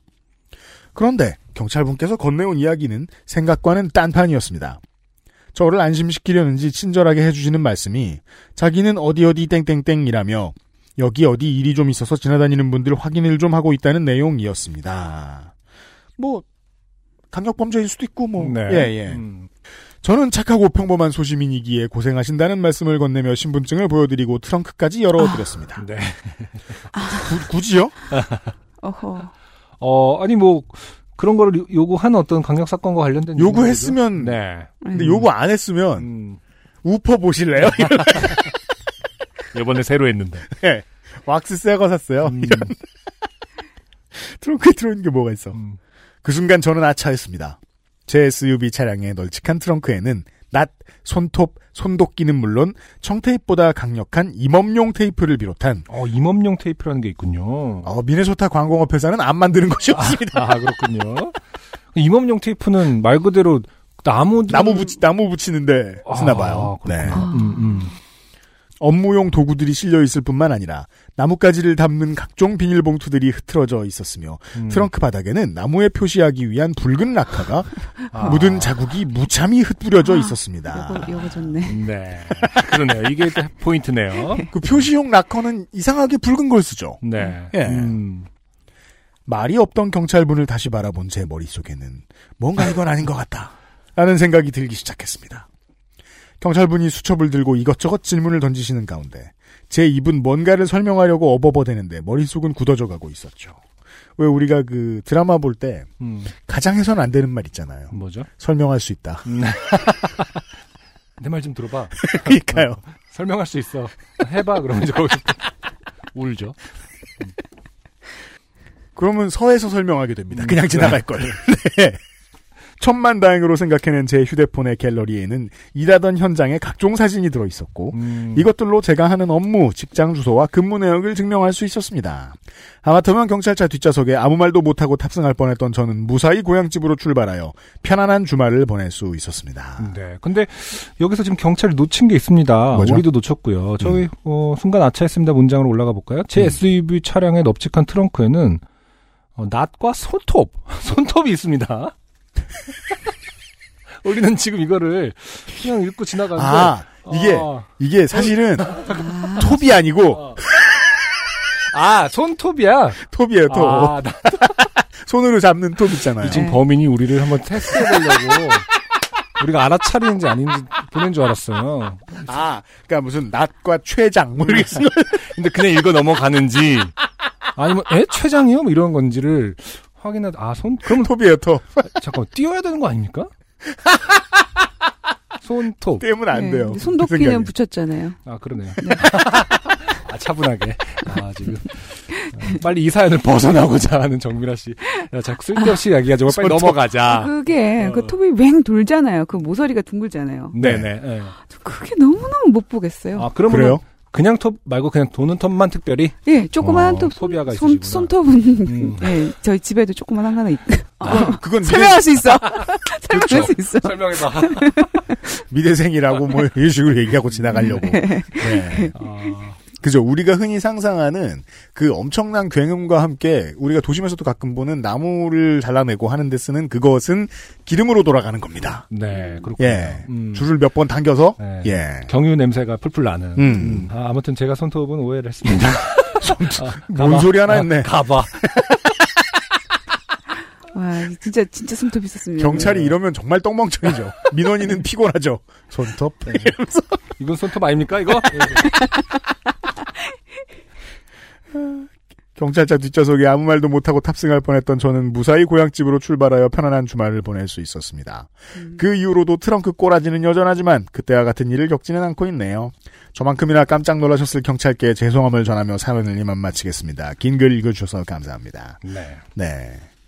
C: 그런데 경찰분께서 건네온 이야기는 생각과는 딴판이었습니다. 저를 안심시키려는지 친절하게 해주시는 말씀이 자기는 어디 어디 땡땡땡이라며 여기 어디 일이 좀 있어서 지나다니는 분들 확인을 좀 하고 있다는 내용이었습니다. 뭐 강력범죄일 수도 있고 뭐
D: 네.
C: 예, 예.
D: 음.
C: 저는 착하고 평범한 소시민이기에 고생하신다는 말씀을 건네며 신분증을 보여드리고 트렁크까지 열어드렸습니다.
D: 네.
C: 구- 굳이요?
B: 어허.
D: 어, 아니 뭐 그런 거를 요- 요구한 어떤 강력 사건과 관련된
C: 요구했으면
D: 질문이죠. 네.
C: 근데 요구 안 했으면
D: 음,
C: 우퍼 보실래요? [laughs]
D: 음. 이번에 새로 했는데.
C: 예. 왁스 새 거 샀어요.
D: 음,
C: 트렁크에 들어있는 게 뭐가 있어.
D: 음.
C: 그 순간 저는 아차했습니다. 제 SUV 차량의 널찍한 트렁크에는 낫, 손톱, 손도끼는 물론 청테이프보다 강력한 임업용 테이프를 비롯한
D: 어, 임업용 테이프라는 게 있군요.
C: 어, 미네소타 광공업 회사는 안 만드는 것이 없습니다.
D: 아, 그렇군요. 임업용 테이프는 말 그대로 나무
C: 나무 붙이 나무 붙이는데
D: 아,
C: 쓰나 봐요.
D: 그렇구나.
C: 네.
D: 음, 음.
C: 업무용 도구들이 실려 있을 뿐만 아니라 나뭇가지를 담는 각종 비닐봉투들이 흐트러져 있었으며
D: 음.
C: 트렁크 바닥에는 나무에 표시하기 위한 붉은 락화가
D: [laughs] 아.
C: 묻은 자국이 무참히 흩뿌려져 있었습니다.
B: 요거, 요거 좋네.
D: 네. 그러네요. 이게 또 포인트네요.
C: 그 표시용 락커는 이상하게 붉은 걸 쓰죠.
D: 네.
C: 예.
D: 음.
C: 말이 없던 경찰분을 다시 바라본 제 머릿속에는 뭔가 이건 아닌 것 같다. 라는 생각이 들기 시작했습니다. 경찰분이 수첩을 들고 이것저것 질문을 던지시는 가운데 제 입은 뭔가를 설명하려고 어버버대는데 머릿속은 굳어져 가고 있었죠. 왜 우리가 그 드라마 볼 때
D: 음.
C: 가장 해선 안 되는 말 있잖아요.
D: 뭐죠?
C: 설명할 수 있다.
D: 내 말 좀 들어봐.
C: [laughs] 그러니까요.
D: 설명할 수 있어. 해봐. 그러면 이제 거기서 울죠.
C: 그러면 서에서 설명하게 됩니다. 그냥 지나갈 걸. 음. [laughs] 네. 천만 다행으로 생각해낸 제 휴대폰의 갤러리에는 일하던 현장의 각종 사진이 들어 있었고
D: 음.
C: 이것들로 제가 하는 업무, 직장 주소와 근무 내역을 증명할 수 있었습니다. 하마터면 경찰차 뒷좌석에 아무 말도 못하고 탑승할 뻔했던 저는 무사히 고향집으로 출발하여 편안한 주말을 보낼 수 있었습니다.
D: 네. 근데 여기서 지금 경찰이 놓친 게 있습니다.
C: 뭐죠?
D: 우리도 놓쳤고요. 저희
C: 음.
D: 어, 순간 아차했습니다 문장으로 올라가 볼까요? 제
C: 음.
D: SUV 차량의 넙직한 트렁크에는 어, 낫과 손톱, [laughs] 손톱이 있습니다. [laughs] 우리는 지금 이거를 그냥 읽고 지나가는데
C: 아, 이게-
D: 어,
C: 이게 [laughs] 사실은 톱이 아니고
D: 아 손톱이야.
C: 톱이에요, 톱.
D: 아, 나 네.
C: 손으로 잡는 톱 있잖아요.
D: 지금 범인이 우리를 한번 테스트해보려고 우리가 알아차리는지 아닌지 보낸 줄 알았어요.
C: 아, 그러니까 무슨 낫과 췌장 뭐 모르겠어요.
D: 근데 그냥 읽어 넘어가는지 아니면 에 최장이요? 뭐 이런 건지를 확인해. 아손 그러면
C: 톱이에요, 톱.
D: 잠깐 띄워야 되는 거 아닙니까? 네. 손톱.
C: 떼면 안 돼요.
B: 네,
C: 그
B: 손도끼는 붙였잖아요.
D: 아 그러네요. 아 차분하게. 아 지금 아, 빨리 이 사연을 벗어나고자 하는 정미라 씨. 야, 자꾸 쓸데없이 이야기하자고 빨리
C: 손톱.
D: 넘어가자.
B: 그게
D: 어.
B: 그 톱이 왱 돌잖아요. 그 모서리가 둥글잖아요.
D: 네네. 예.
B: 저 그게 너무너무 못 보겠어요.
D: 아 그러면
C: 그래요?
D: 그냥 톱 말고 그냥 도는 톱만 특별히.
B: 예, 조그만한
D: 어,
B: 톱.
D: 소비아가
B: 손,
D: 있으시구나.
B: 손톱은 [laughs]
D: 음.
B: 예, 저희 집에도 조그만한 거 하나
D: [laughs]
B: 있고
C: 그건,
B: [laughs]
C: 그건
B: 설명할 수 있어.
D: 그렇죠.
B: 설명할 수 있어.
D: 설명해봐.
C: 미대, 생이라고뭐 이런 식으로 얘기하고 지나가려고. 네.
D: 어.
C: 그죠. 우리가 흔히 상상하는 그 엄청난 굉음과 함께 우리가 도심에서도 가끔 보는 나무를 잘라내고 하는데 쓰는 그것은 기름으로 돌아가는 겁니다.
D: 네 그렇군요.
C: 예.
D: 음.
C: 줄을 몇 번 당겨서
D: 네.
C: 예.
D: 경유 냄새가 풀풀 나는.
C: 음.
D: 아, 아무튼 제가 손톱은 오해를 [laughs] 했습니다. 아,
C: 뭔 소리 하나 했네. [laughs]
D: 가봐.
B: 와, 진짜 진짜 손톱 있었으면.
D: 네.
C: 경찰이 이러면 정말 똥멍청이죠. 민원인은 피곤하죠. 네. 손톱.
D: 이건 손톱 아닙니까
C: [laughs]
D: 이거? 예,
C: 경찰차 뒷좌석에 아무 말도 못하고 탑승할 뻔했던 저는 무사히 고향집으로 출발하여 편안한 주말을 보낼 수 있었습니다.
B: 음.
C: 그 이후로도 트렁크 꼬라지는 여전하지만 그때와 같은 일을 겪지는 않고 있네요. 저만큼이나 깜짝 놀라셨을 경찰께 죄송함을 전하며 사연을 이만 마치겠습니다. 긴 글 읽어주셔서 감사합니다.
D: 네.
C: 네.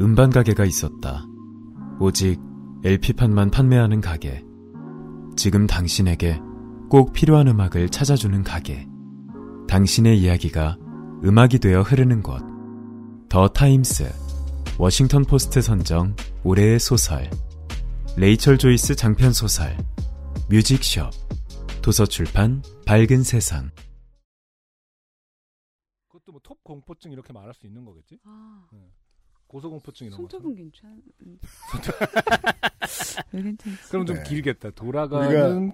G: 음반 가게가 있었다. 오직 LP판만 판매하는 가게. 지금 당신에게 꼭 필요한 음악을 찾아주는 가게. 당신의 이야기가 음악이 되어 흐르는 곳. 더 타임스. 워싱턴 포스트 선정 올해의 소설. 레이철 조이스 장편 소설. 뮤직숍. 도서출판 밝은 세상.
D: 그것도 뭐 톱 공포증 이렇게 말할 수 있는 거겠지? 예.
B: 아,
D: 고소공포증 이런 거.
B: 손톱은 괜찮. 왜 괜찮지? 네.
D: 그럼 좀
C: 네.
D: 길겠다. 돌아가는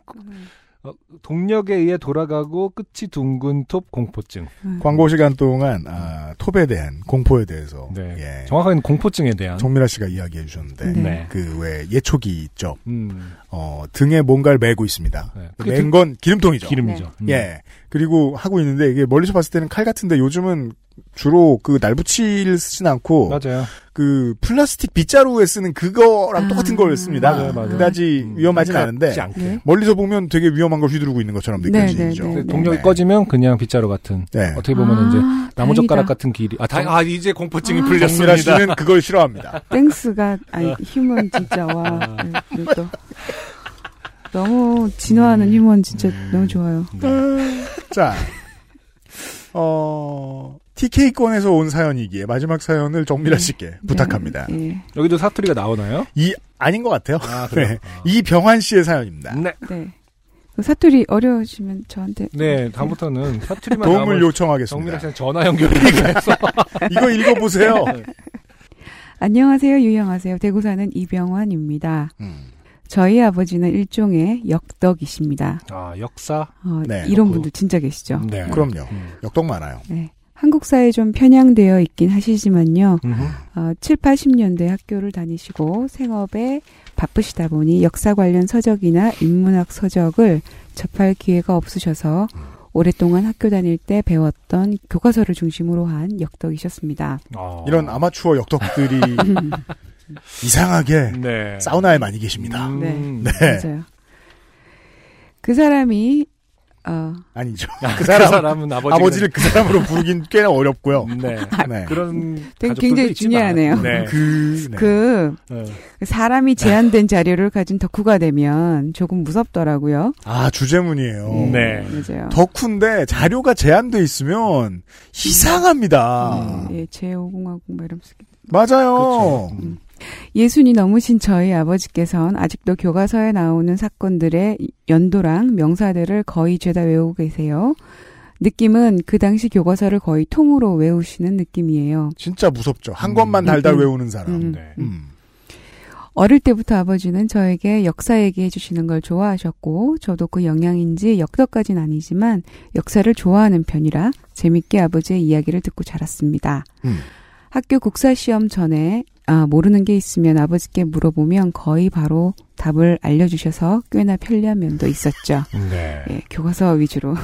D: 어, 동력에 의해 돌아가고 끝이 둥근 톱 공포증.
C: 네.
B: 음.
C: 광고 시간 동안 아, 톱에 대한 공포에 대해서
D: 네.
C: 예,
D: 정확하게는 공포증에 대한.
C: 정미라 씨가 이야기해 주셨는데
B: 네.
C: 그 왜 예초기 있죠.
D: 음.
C: 어, 등에 뭔가를 메고 있습니다.
D: 네. 그게 등-
C: 맨건 기름통이죠.
D: 기름이죠.
B: 네.
D: 음.
C: 예. 그리고 하고 있는데 이게 멀리서 봤을 때는 칼 같은데 요즘은 주로 그 날붙이를 쓰진 않고
D: 맞아요.
C: 그 플라스틱 빗자루에 쓰는 그거랑
B: 아.
C: 똑같은 걸 씁니다.
D: 맞아요, 맞아요.
C: 그다지
D: 음.
C: 위험하진 않은데
D: 지 않게.
B: 네.
C: 멀리서 보면 되게 위험한 걸 휘두르고 있는 것처럼
B: 네,
C: 느껴지죠.
B: 네, 네, 네.
D: 동력이
C: 네.
D: 꺼지면 그냥 빗자루 같은.
C: 네.
D: 어떻게 보면
B: 아,
D: 이제 나무젓가락
B: 다행이다.
D: 같은 길이. 아, 다, 아 이제 공포증이
C: 정미라 씨는 그걸 싫어합니다.
B: 땡스가
C: 어.
B: 아니 휴먼 진짜 와 네, 또 너무
C: 음.
B: 진화하는 휴먼 진짜 너무 좋아요.
D: 네.
C: [laughs] 자, 어, TK권에서 온 사연이기에 마지막 사연을 정미라
B: 음.
C: 씨께 부탁합니다.
B: 예,
D: 여기도 사투리가 나오나요?
C: 이 아닌 것 같아요.
D: 아,
C: 그래요? 네. 이병환 씨의 사연입니다.
D: 네.
B: 네. 그 사투리 어려우시면 저한테
D: 네, 다음부터는 사투리만
C: 도움을
D: 나오면
C: 요청하겠습니다.
D: 아, 뭐 정민아 씨는 전화 연결해서
C: 이거 읽어보세요.
B: 안녕하세요, 유영하세요. 대구 사는 이병환입니다.
C: 음.
B: 저희 아버지는 일종의 역덕이십니다.
D: 아, 역사.
B: 어,
C: 네,
B: 이런
D: 그-
B: 분들 진짜 계시죠.
D: [laughs] 네.
C: 그럼요.
D: 음.
C: 역동 많아요.
B: 네. 한국 사회에 좀 편향되어 있긴 하시지만요.
D: 음흠.
B: 어, 7, 80년대 학교를 다니시고 생업에 바쁘시다 보니 역사 관련 서적이나 인문학 서적을 접할 기회가 없으셔서 오랫동안 학교 다닐 때 배웠던 교과서를 중심으로 한 역덕이셨습니다.
D: 아.
C: 이런 아마추어 역덕들이
D: [laughs]
C: 이상하게
D: 네.
C: 사우나에 많이 계십니다.
D: 음.
B: 네.
C: 네.
B: 맞아요. 그 사람이 어.
C: 아니죠.
D: 그,
C: 사람-
D: 사람은 아버지.
C: 아버지를 그 사람으로 부르긴 꽤나 어렵고요.
D: 네.
C: 네.
D: 그런
B: 되게
D: 가족들도
B: 굉장히
D: 있지만.
B: 중요하네요.
D: 네.
C: 그, 네.
B: 그
D: 네.
B: 사람이 제한된 자료를 가진 덕후가 되면 조금 무섭더라고요.
C: 아, 주제문이에요.
D: 네.
B: 맞아요.
C: 덕후인데 자료가 제한돼 있으면 이상합니다.
B: 예, 제5공화국 뭐 이러면서
C: 맞아요.
D: 음. 그렇죠. 음.
B: 예순이 넘으신 저희 아버지께선 아직도 교과서에 나오는 사건들의 연도랑 명사들을 거의 죄다 외우고 계세요. 느낌은 그 당시 교과서를 거의 통으로 외우시는 느낌이에요.
C: 진짜 무섭죠. 한 권만 달달
B: 음.
C: 외우는 사람.
B: 음.
D: 네.
C: 음.
B: 어릴 때부터 아버지는 저에게 역사 얘기해 주시는 걸 좋아하셨고 저도 그 영향인지 역덕까진 아니지만 역사를 좋아하는 편이라 재밌게 아버지의 이야기를 듣고 자랐습니다.
C: 음.
B: 학교 국사 시험 전에 아, 모르는 게 있으면 아버지께 물어보면 거의 바로 답을 알려주셔서 꽤나 편리한 면도 있었죠.
D: 네.
B: 예, 교과서 위주로.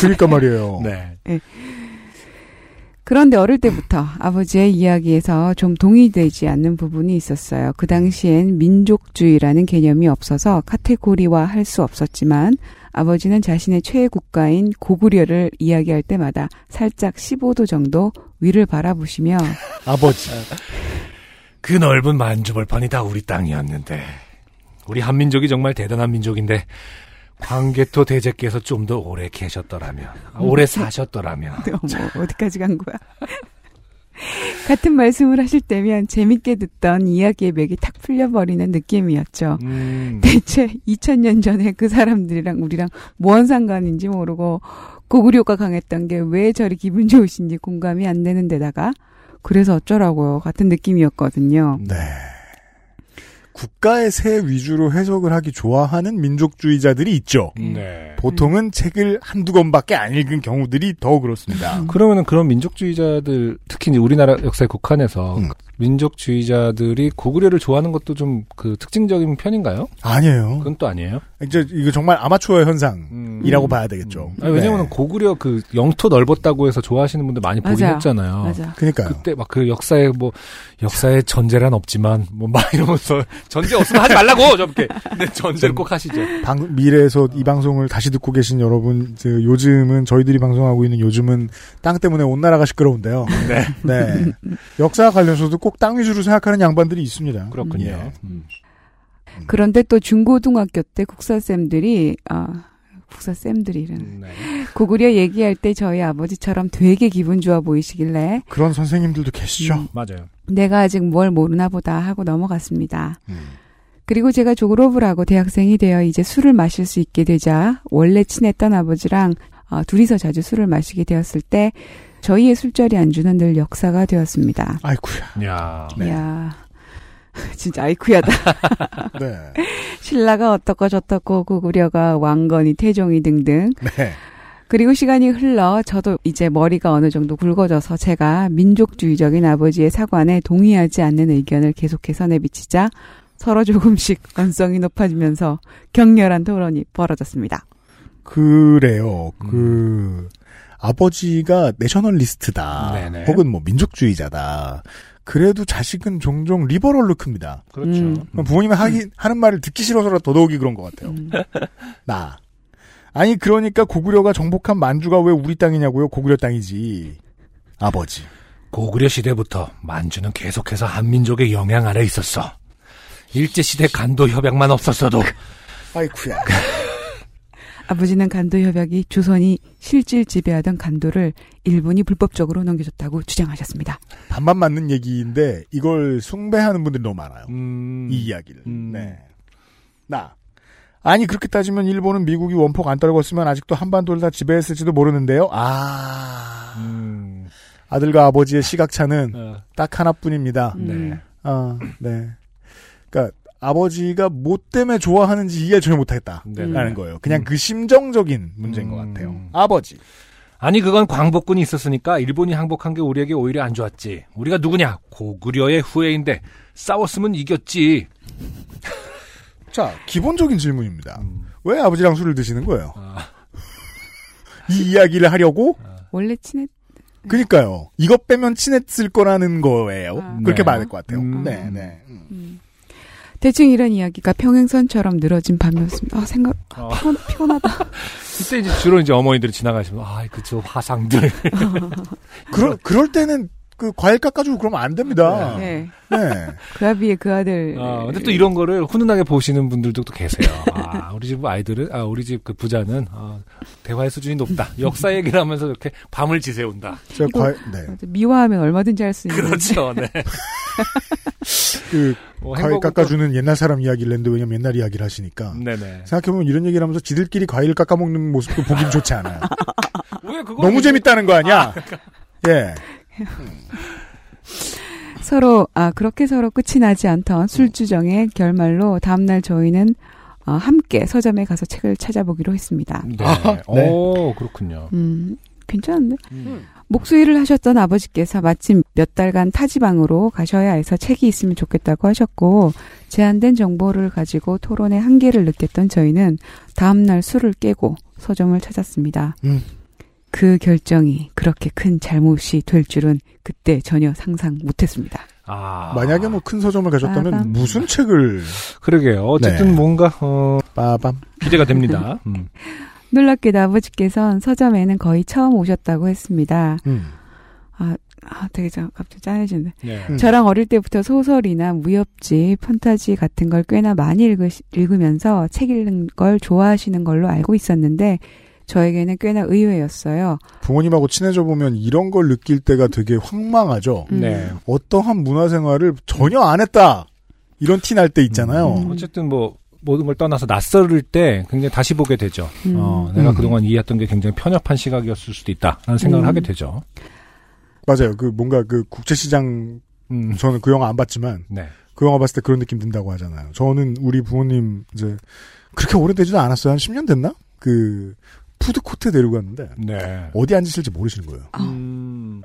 C: 그러니까 말이에요.
D: 네.
B: 그런데 어릴 때부터 아버지의 이야기에서 좀 동의되지 않는 부분이 있었어요. 그 당시엔 민족주의라는 개념이 없어서 카테고리화 할 수 없었지만 아버지는 자신의 최애 국가인 고구려를 이야기할 때마다 살짝 15도 정도 위를 바라보시며 [laughs]
C: 아버지.
D: 그 넓은 만주벌판이 다 우리 땅이었는데 우리 한민족이 정말 대단한 민족인데 광개토 대제께서 좀 더 오래 계셨더라면 아, 오래 사셨더라면
B: 어머, 어디까지 간 거야? [laughs] 같은 말씀을 하실 때면 재밌게 듣던 이야기의 맥이 탁 풀려버리는 느낌이었죠.
D: 음,
B: 대체 2000년 전에 그 사람들이랑 우리랑 뭔 상관인지 모르고 고구려가 강했던 게 왜 저리 기분 좋으신지 공감이 안 되는 데다가 그래서 어쩌라고요 같은 느낌이었거든요.
C: 네. 국가의 세 위주로 해석을 하기 좋아하는 민족주의자들이 있죠.
D: 네.
C: 보통은 책을 한두 권밖에 안 읽은 경우들이 더 그렇습니다.
D: 그러면은 그런 민족주의자들 특히 이제 우리나라 역사의 국한에서
C: 음.
D: 민족주의자들이 고구려를 좋아하는 것도 좀 그 특징적인 편인가요?
C: 아니에요.
D: 그건 또 아니에요.
C: 이제 이거 정말 아마추어의 현상이라고
D: 음.
C: 봐야 되겠죠.
D: 아니, 왜냐면 은
C: 네.
D: 고구려 그 영토 넓었다고 해서 좋아하시는 분들 많이 보긴
B: 맞아요.
D: 했잖아요.
B: 맞아.
C: 그러니까요.
D: 그때 막 그 역사에 뭐 역사에 전제란 없지만 뭐 막 이러면서 [laughs] 전제 없으면 하지 말라고 저렇게 근데 전제를 꼭 하시죠.
C: 방- 미래에서 이 방송을 다시 듣고 계신 여러분, 저 요즘은 저희들이 방송하고 있는 요즘은 땅 때문에 온 나라가
D: [laughs]
C: 시끄러운데요. 네. 역사 관련해서도 꼭 땅 위주로 생각하는 양반들이 있습니다.
D: 그렇군요.
C: 예.
D: 음.
B: 그런데 또 중고등학교 때 국사쌤들이 아 국사쌤들이라는
D: 네.
B: 고구려 얘기할 때 저희 아버지처럼 되게 기분 좋아 보이시길래
C: 그런 선생님들도 계시죠.
B: 음,
D: 맞아요.
B: 내가 아직 뭘 모르나 보다 하고 넘어갔습니다.
C: 음.
B: 그리고 제가 졸업을 하고 대학생이 되어 이제 술을 마실 수 있게 되자 원래 친했던 아버지랑 어, 둘이서 자주 술을 마시게 되었을 때 저희의 술자리 안주는 늘 역사가 되었습니다.
C: 아이쿠야.
D: 야.
C: 네.
B: 이야 [laughs] 진짜 아이쿠야다. [laughs]
C: 네.
B: 신라가 어떻고 저떻고 고구려가 왕건이 태종이 등등
C: 네.
B: 그리고 시간이 흘러 저도 이제 머리가 어느 정도 굵어져서 제가 민족주의적인 아버지의 사관에 동의하지 않는 의견을 계속해서 내비치자 서로 조금씩 [laughs] 언성이 높아지면서 격렬한 토론이 벌어졌습니다.
C: 그래요.
D: 음.
C: 그 아버지가 내셔널리스트다.
D: 네네.
C: 혹은 뭐 민족주의자다. 그래도 자식은 종종 리버럴로 큽니다.
D: 그렇죠.
B: 음.
C: 그럼 부모님이 하기, 하는 말을 듣기 싫어서라 더더욱이 그런 것 같아요.
B: 음.
C: [laughs] 나. 아니 그러니까 고구려가 정복한 만주가 왜 우리 땅이냐고요? 고구려 땅이지. 아버지.
D: 고구려 시대부터 만주는 계속해서 한민족의 영향 아래 있었어. 일제 시대 간도 협약만 없었어도 [laughs]
C: 아이쿠야.
B: 아버지는 간도 협약이 조선이 실질 지배하던 간도를 일본이 불법적으로 넘겨줬다고 주장하셨습니다.
C: 반반 맞는 얘기인데 이걸 숭배하는 분들이 너무 많아요.
D: 음.
C: 이 이야기를.
D: 음.
C: 네. 나. 아니 그렇게 따지면 일본은 미국이 원폭 안 떨궜으면 아직도 한반도를 다 지배했을지도 모르는데요. 아.
D: 음.
C: 아들과 아버지의 시각차는
D: 어,
C: 딱 하나뿐입니다.
D: 네.
C: 아, 네. 그러니까 아버지가 뭐 때문에 좋아하는지 이해 전혀 못하겠다.
D: 네.
C: 라는 거예요. 그냥 그 심정적인 문제인 것
D: 음.
C: 같아요. 아버지.
D: 아니 그건 광복군이 있었으니까 일본이 항복한 게 우리에게 오히려 안 좋았지. 우리가 누구냐? 고구려의 후예인데 싸웠으면 이겼지.
C: 자, 기본적인 질문입니다. 왜 아버지랑 술을 드시는 거예요?
D: 음. 아.
C: 이 이야기를 하려고?
B: 원래 친했
C: 네. 그니까요. 이것 빼면 친했을 거라는 거예요.
B: 아.
C: 그렇게
D: 네.
C: 말할 것 같아요.
D: 음.
C: 네, 네. 음.
B: 대충 이런 이야기가 평행선처럼 늘어진 밤이었습니다. 아, 생각,
D: 어.
B: 피곤, 피곤하다.
D: 그때 이제 주로 이제 어머니들이 지나가시면 아, 그저 화상들.
C: 그럴 그럴 때는 그 과일 깎아주고 그러면 안 됩니다. 네.
B: 네. 그라비의 그 아들.
D: 아, 근데 또 이런 거를 훈훈하게 보시는 분들도 또 계세요. 아, 우리 집 아이들은 아, 우리 집 그 부자는 아, 대화의 수준이 높다. 역사 얘기를 하면서 이렇게 밤을 지새운다.
C: 저
B: 이거-
C: 과일 네.
B: 맞아, 미화하면 얼마든지 할 수 있는.
D: 그렇죠. 네.
C: 그
D: 뭐
C: 과일
D: 행복은
C: 깎아주는 옛날 사람 이야기를 했는데 왜냐면 옛날 이야기를 하시니까.
D: 또- 네네.
C: 생각해보면 이런 얘기를 하면서 지들끼리 과일 깎아먹는 모습도 보긴 좋지 않아요.
D: 왜 그거
C: 너무 재밌다는 거 아니야? 예.
B: 서로 아 그렇게 서로 끝이 나지 않던 술주정의 결말로 다음날 저희는 어, 함께 서점에 가서 책을 찾아보기로 했습니다.
D: 네.
C: 아, 네.
D: 오, 그렇군요.
B: 음 괜찮은데 목수일을 하셨던 아버지께서 마침 몇 달간 타지방으로 가셔야 해서 책이 있으면 좋겠다고 하셨고 제한된 정보를 가지고 토론의 한계를 느꼈던 저희는 다음날 술을 깨고 서점을 찾았습니다.
C: 음.
B: 그 결정이 그렇게 큰 잘못이 될 줄은 그때 전혀 상상 못했습니다.
D: 아.
C: 만약에 뭐 큰 서점을 가셨다면
B: 빠밤.
C: 무슨 책을 아,
D: 그러게요. 어쨌든
C: 네.
D: 뭔가 어,
C: 빠밤
D: 기대가 됩니다. 음.
B: 놀랍게도 아버지께서는 서점에는 거의 처음 오셨다고 했습니다.
C: 음.
B: 아, 되게 저, 갑자기 짠해지는데.
D: 네.
C: 음.
B: 저랑 어릴 때부터 소설이나 무협지, 판타지 같은 걸 꽤나 많이 읽으, 읽으면서 책 읽는 걸 좋아하시는 걸로 알고 있었는데, 저에게는 꽤나 의외였어요.
C: 부모님하고 친해져 보면 이런 걸 느낄 때가 되게 황망하죠.
B: 음.
D: 네.
C: 어떠한 문화생활을 전혀 안 했다 이런 티 날 때 있잖아요.
B: 음.
D: 어쨌든 뭐 모든 걸 떠나서 낯설을 때 굉장히 다시 보게 되죠.
B: 음.
D: 어, 내가
C: 음.
D: 그동안 이해했던 게 굉장히 편협한 시각이었을 수도 있다라는 생각을
B: 음.
D: 하게 되죠.
C: 맞아요. 그 뭔가 그 국제시장
D: 음.
C: 저는 그 영화 안 봤지만
D: 네.
C: 그 영화 봤을 때 그런 느낌 든다고 하잖아요. 저는 우리 부모님 이제 그렇게 오래되지도 않았어요. 한 10년 됐나? 그 푸드 코트에 데리고 갔는데
D: 네.
C: 어디 앉으실지 모르시는 거예요.
D: 음.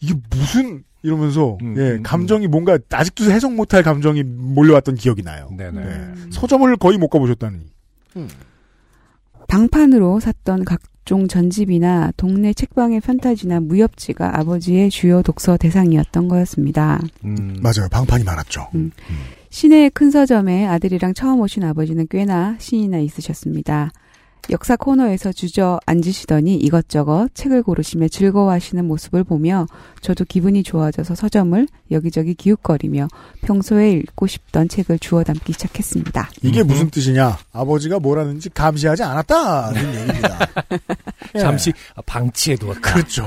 C: 이게 무슨 이러면서
D: 음,
C: 예
D: 음,
C: 감정이 뭔가 아직도 해석 못할 감정이 몰려왔던 기억이 나요.
D: 네네.
C: 네. 서점을 거의 못
D: 음.
C: 가보셨다니.
B: 방판으로 샀던 각종 전집이나 동네 책방의 판타지나 무협지가 아버지의 주요 독서 대상이었던 거였습니다.
D: 음.
C: 맞아요. 방판이 많았죠.
B: 시내의 큰 서점에 아들이랑 처음 오신 아버지는 꽤나 신이나 있으셨습니다. 역사 코너에서 주저앉으시더니 이것저것 책을 고르시며 즐거워하시는 모습을 보며 저도 기분이 좋아져서 서점을 여기저기 기웃거리며 평소에 읽고 싶던 책을 주워 담기 시작했습니다.
C: 이게 무슨 뜻이냐? 아버지가 뭐라는지 감시하지 않았다는 얘기입니다. 예.
D: 네. 잠시 방치해 두었다.
C: 그렇죠.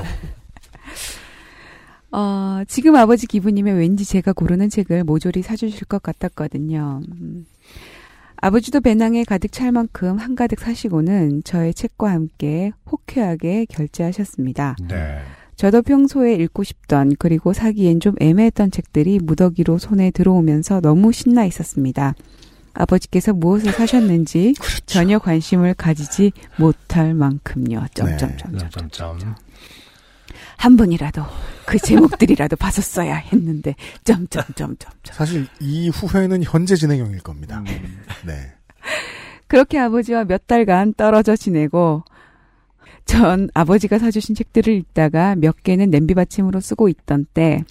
B: 어, 지금 아버지 기분이면 왠지 제가 고르는 책을 모조리 사주실 것 같았거든요. 음. 아버지도 배낭에 가득 찰 만큼 한가득 사시고는 저의 책과 함께 호쾌하게 결제하셨습니다.
D: 네.
B: 저도 평소에 읽고 싶던 그리고 사기엔 좀 애매했던 책들이 무더기로 손에 들어오면서 너무 신나 있었습니다. 아버지께서 무엇을 사셨는지 전혀 관심을 가지지 못할 만큼요. 점점점점.
D: 점점점.
B: 한 번이라도 그 제목들이라도 [laughs] 봤었어야 했는데 점점점점.
C: 사실 이 후회는 현재 진행형일 겁니다. 네.
B: 그렇게 아버지와 몇 달간 떨어져 지내고 전 아버지가 사주신 책들을 읽다가 몇 개는 냄비 받침으로 쓰고 있던 때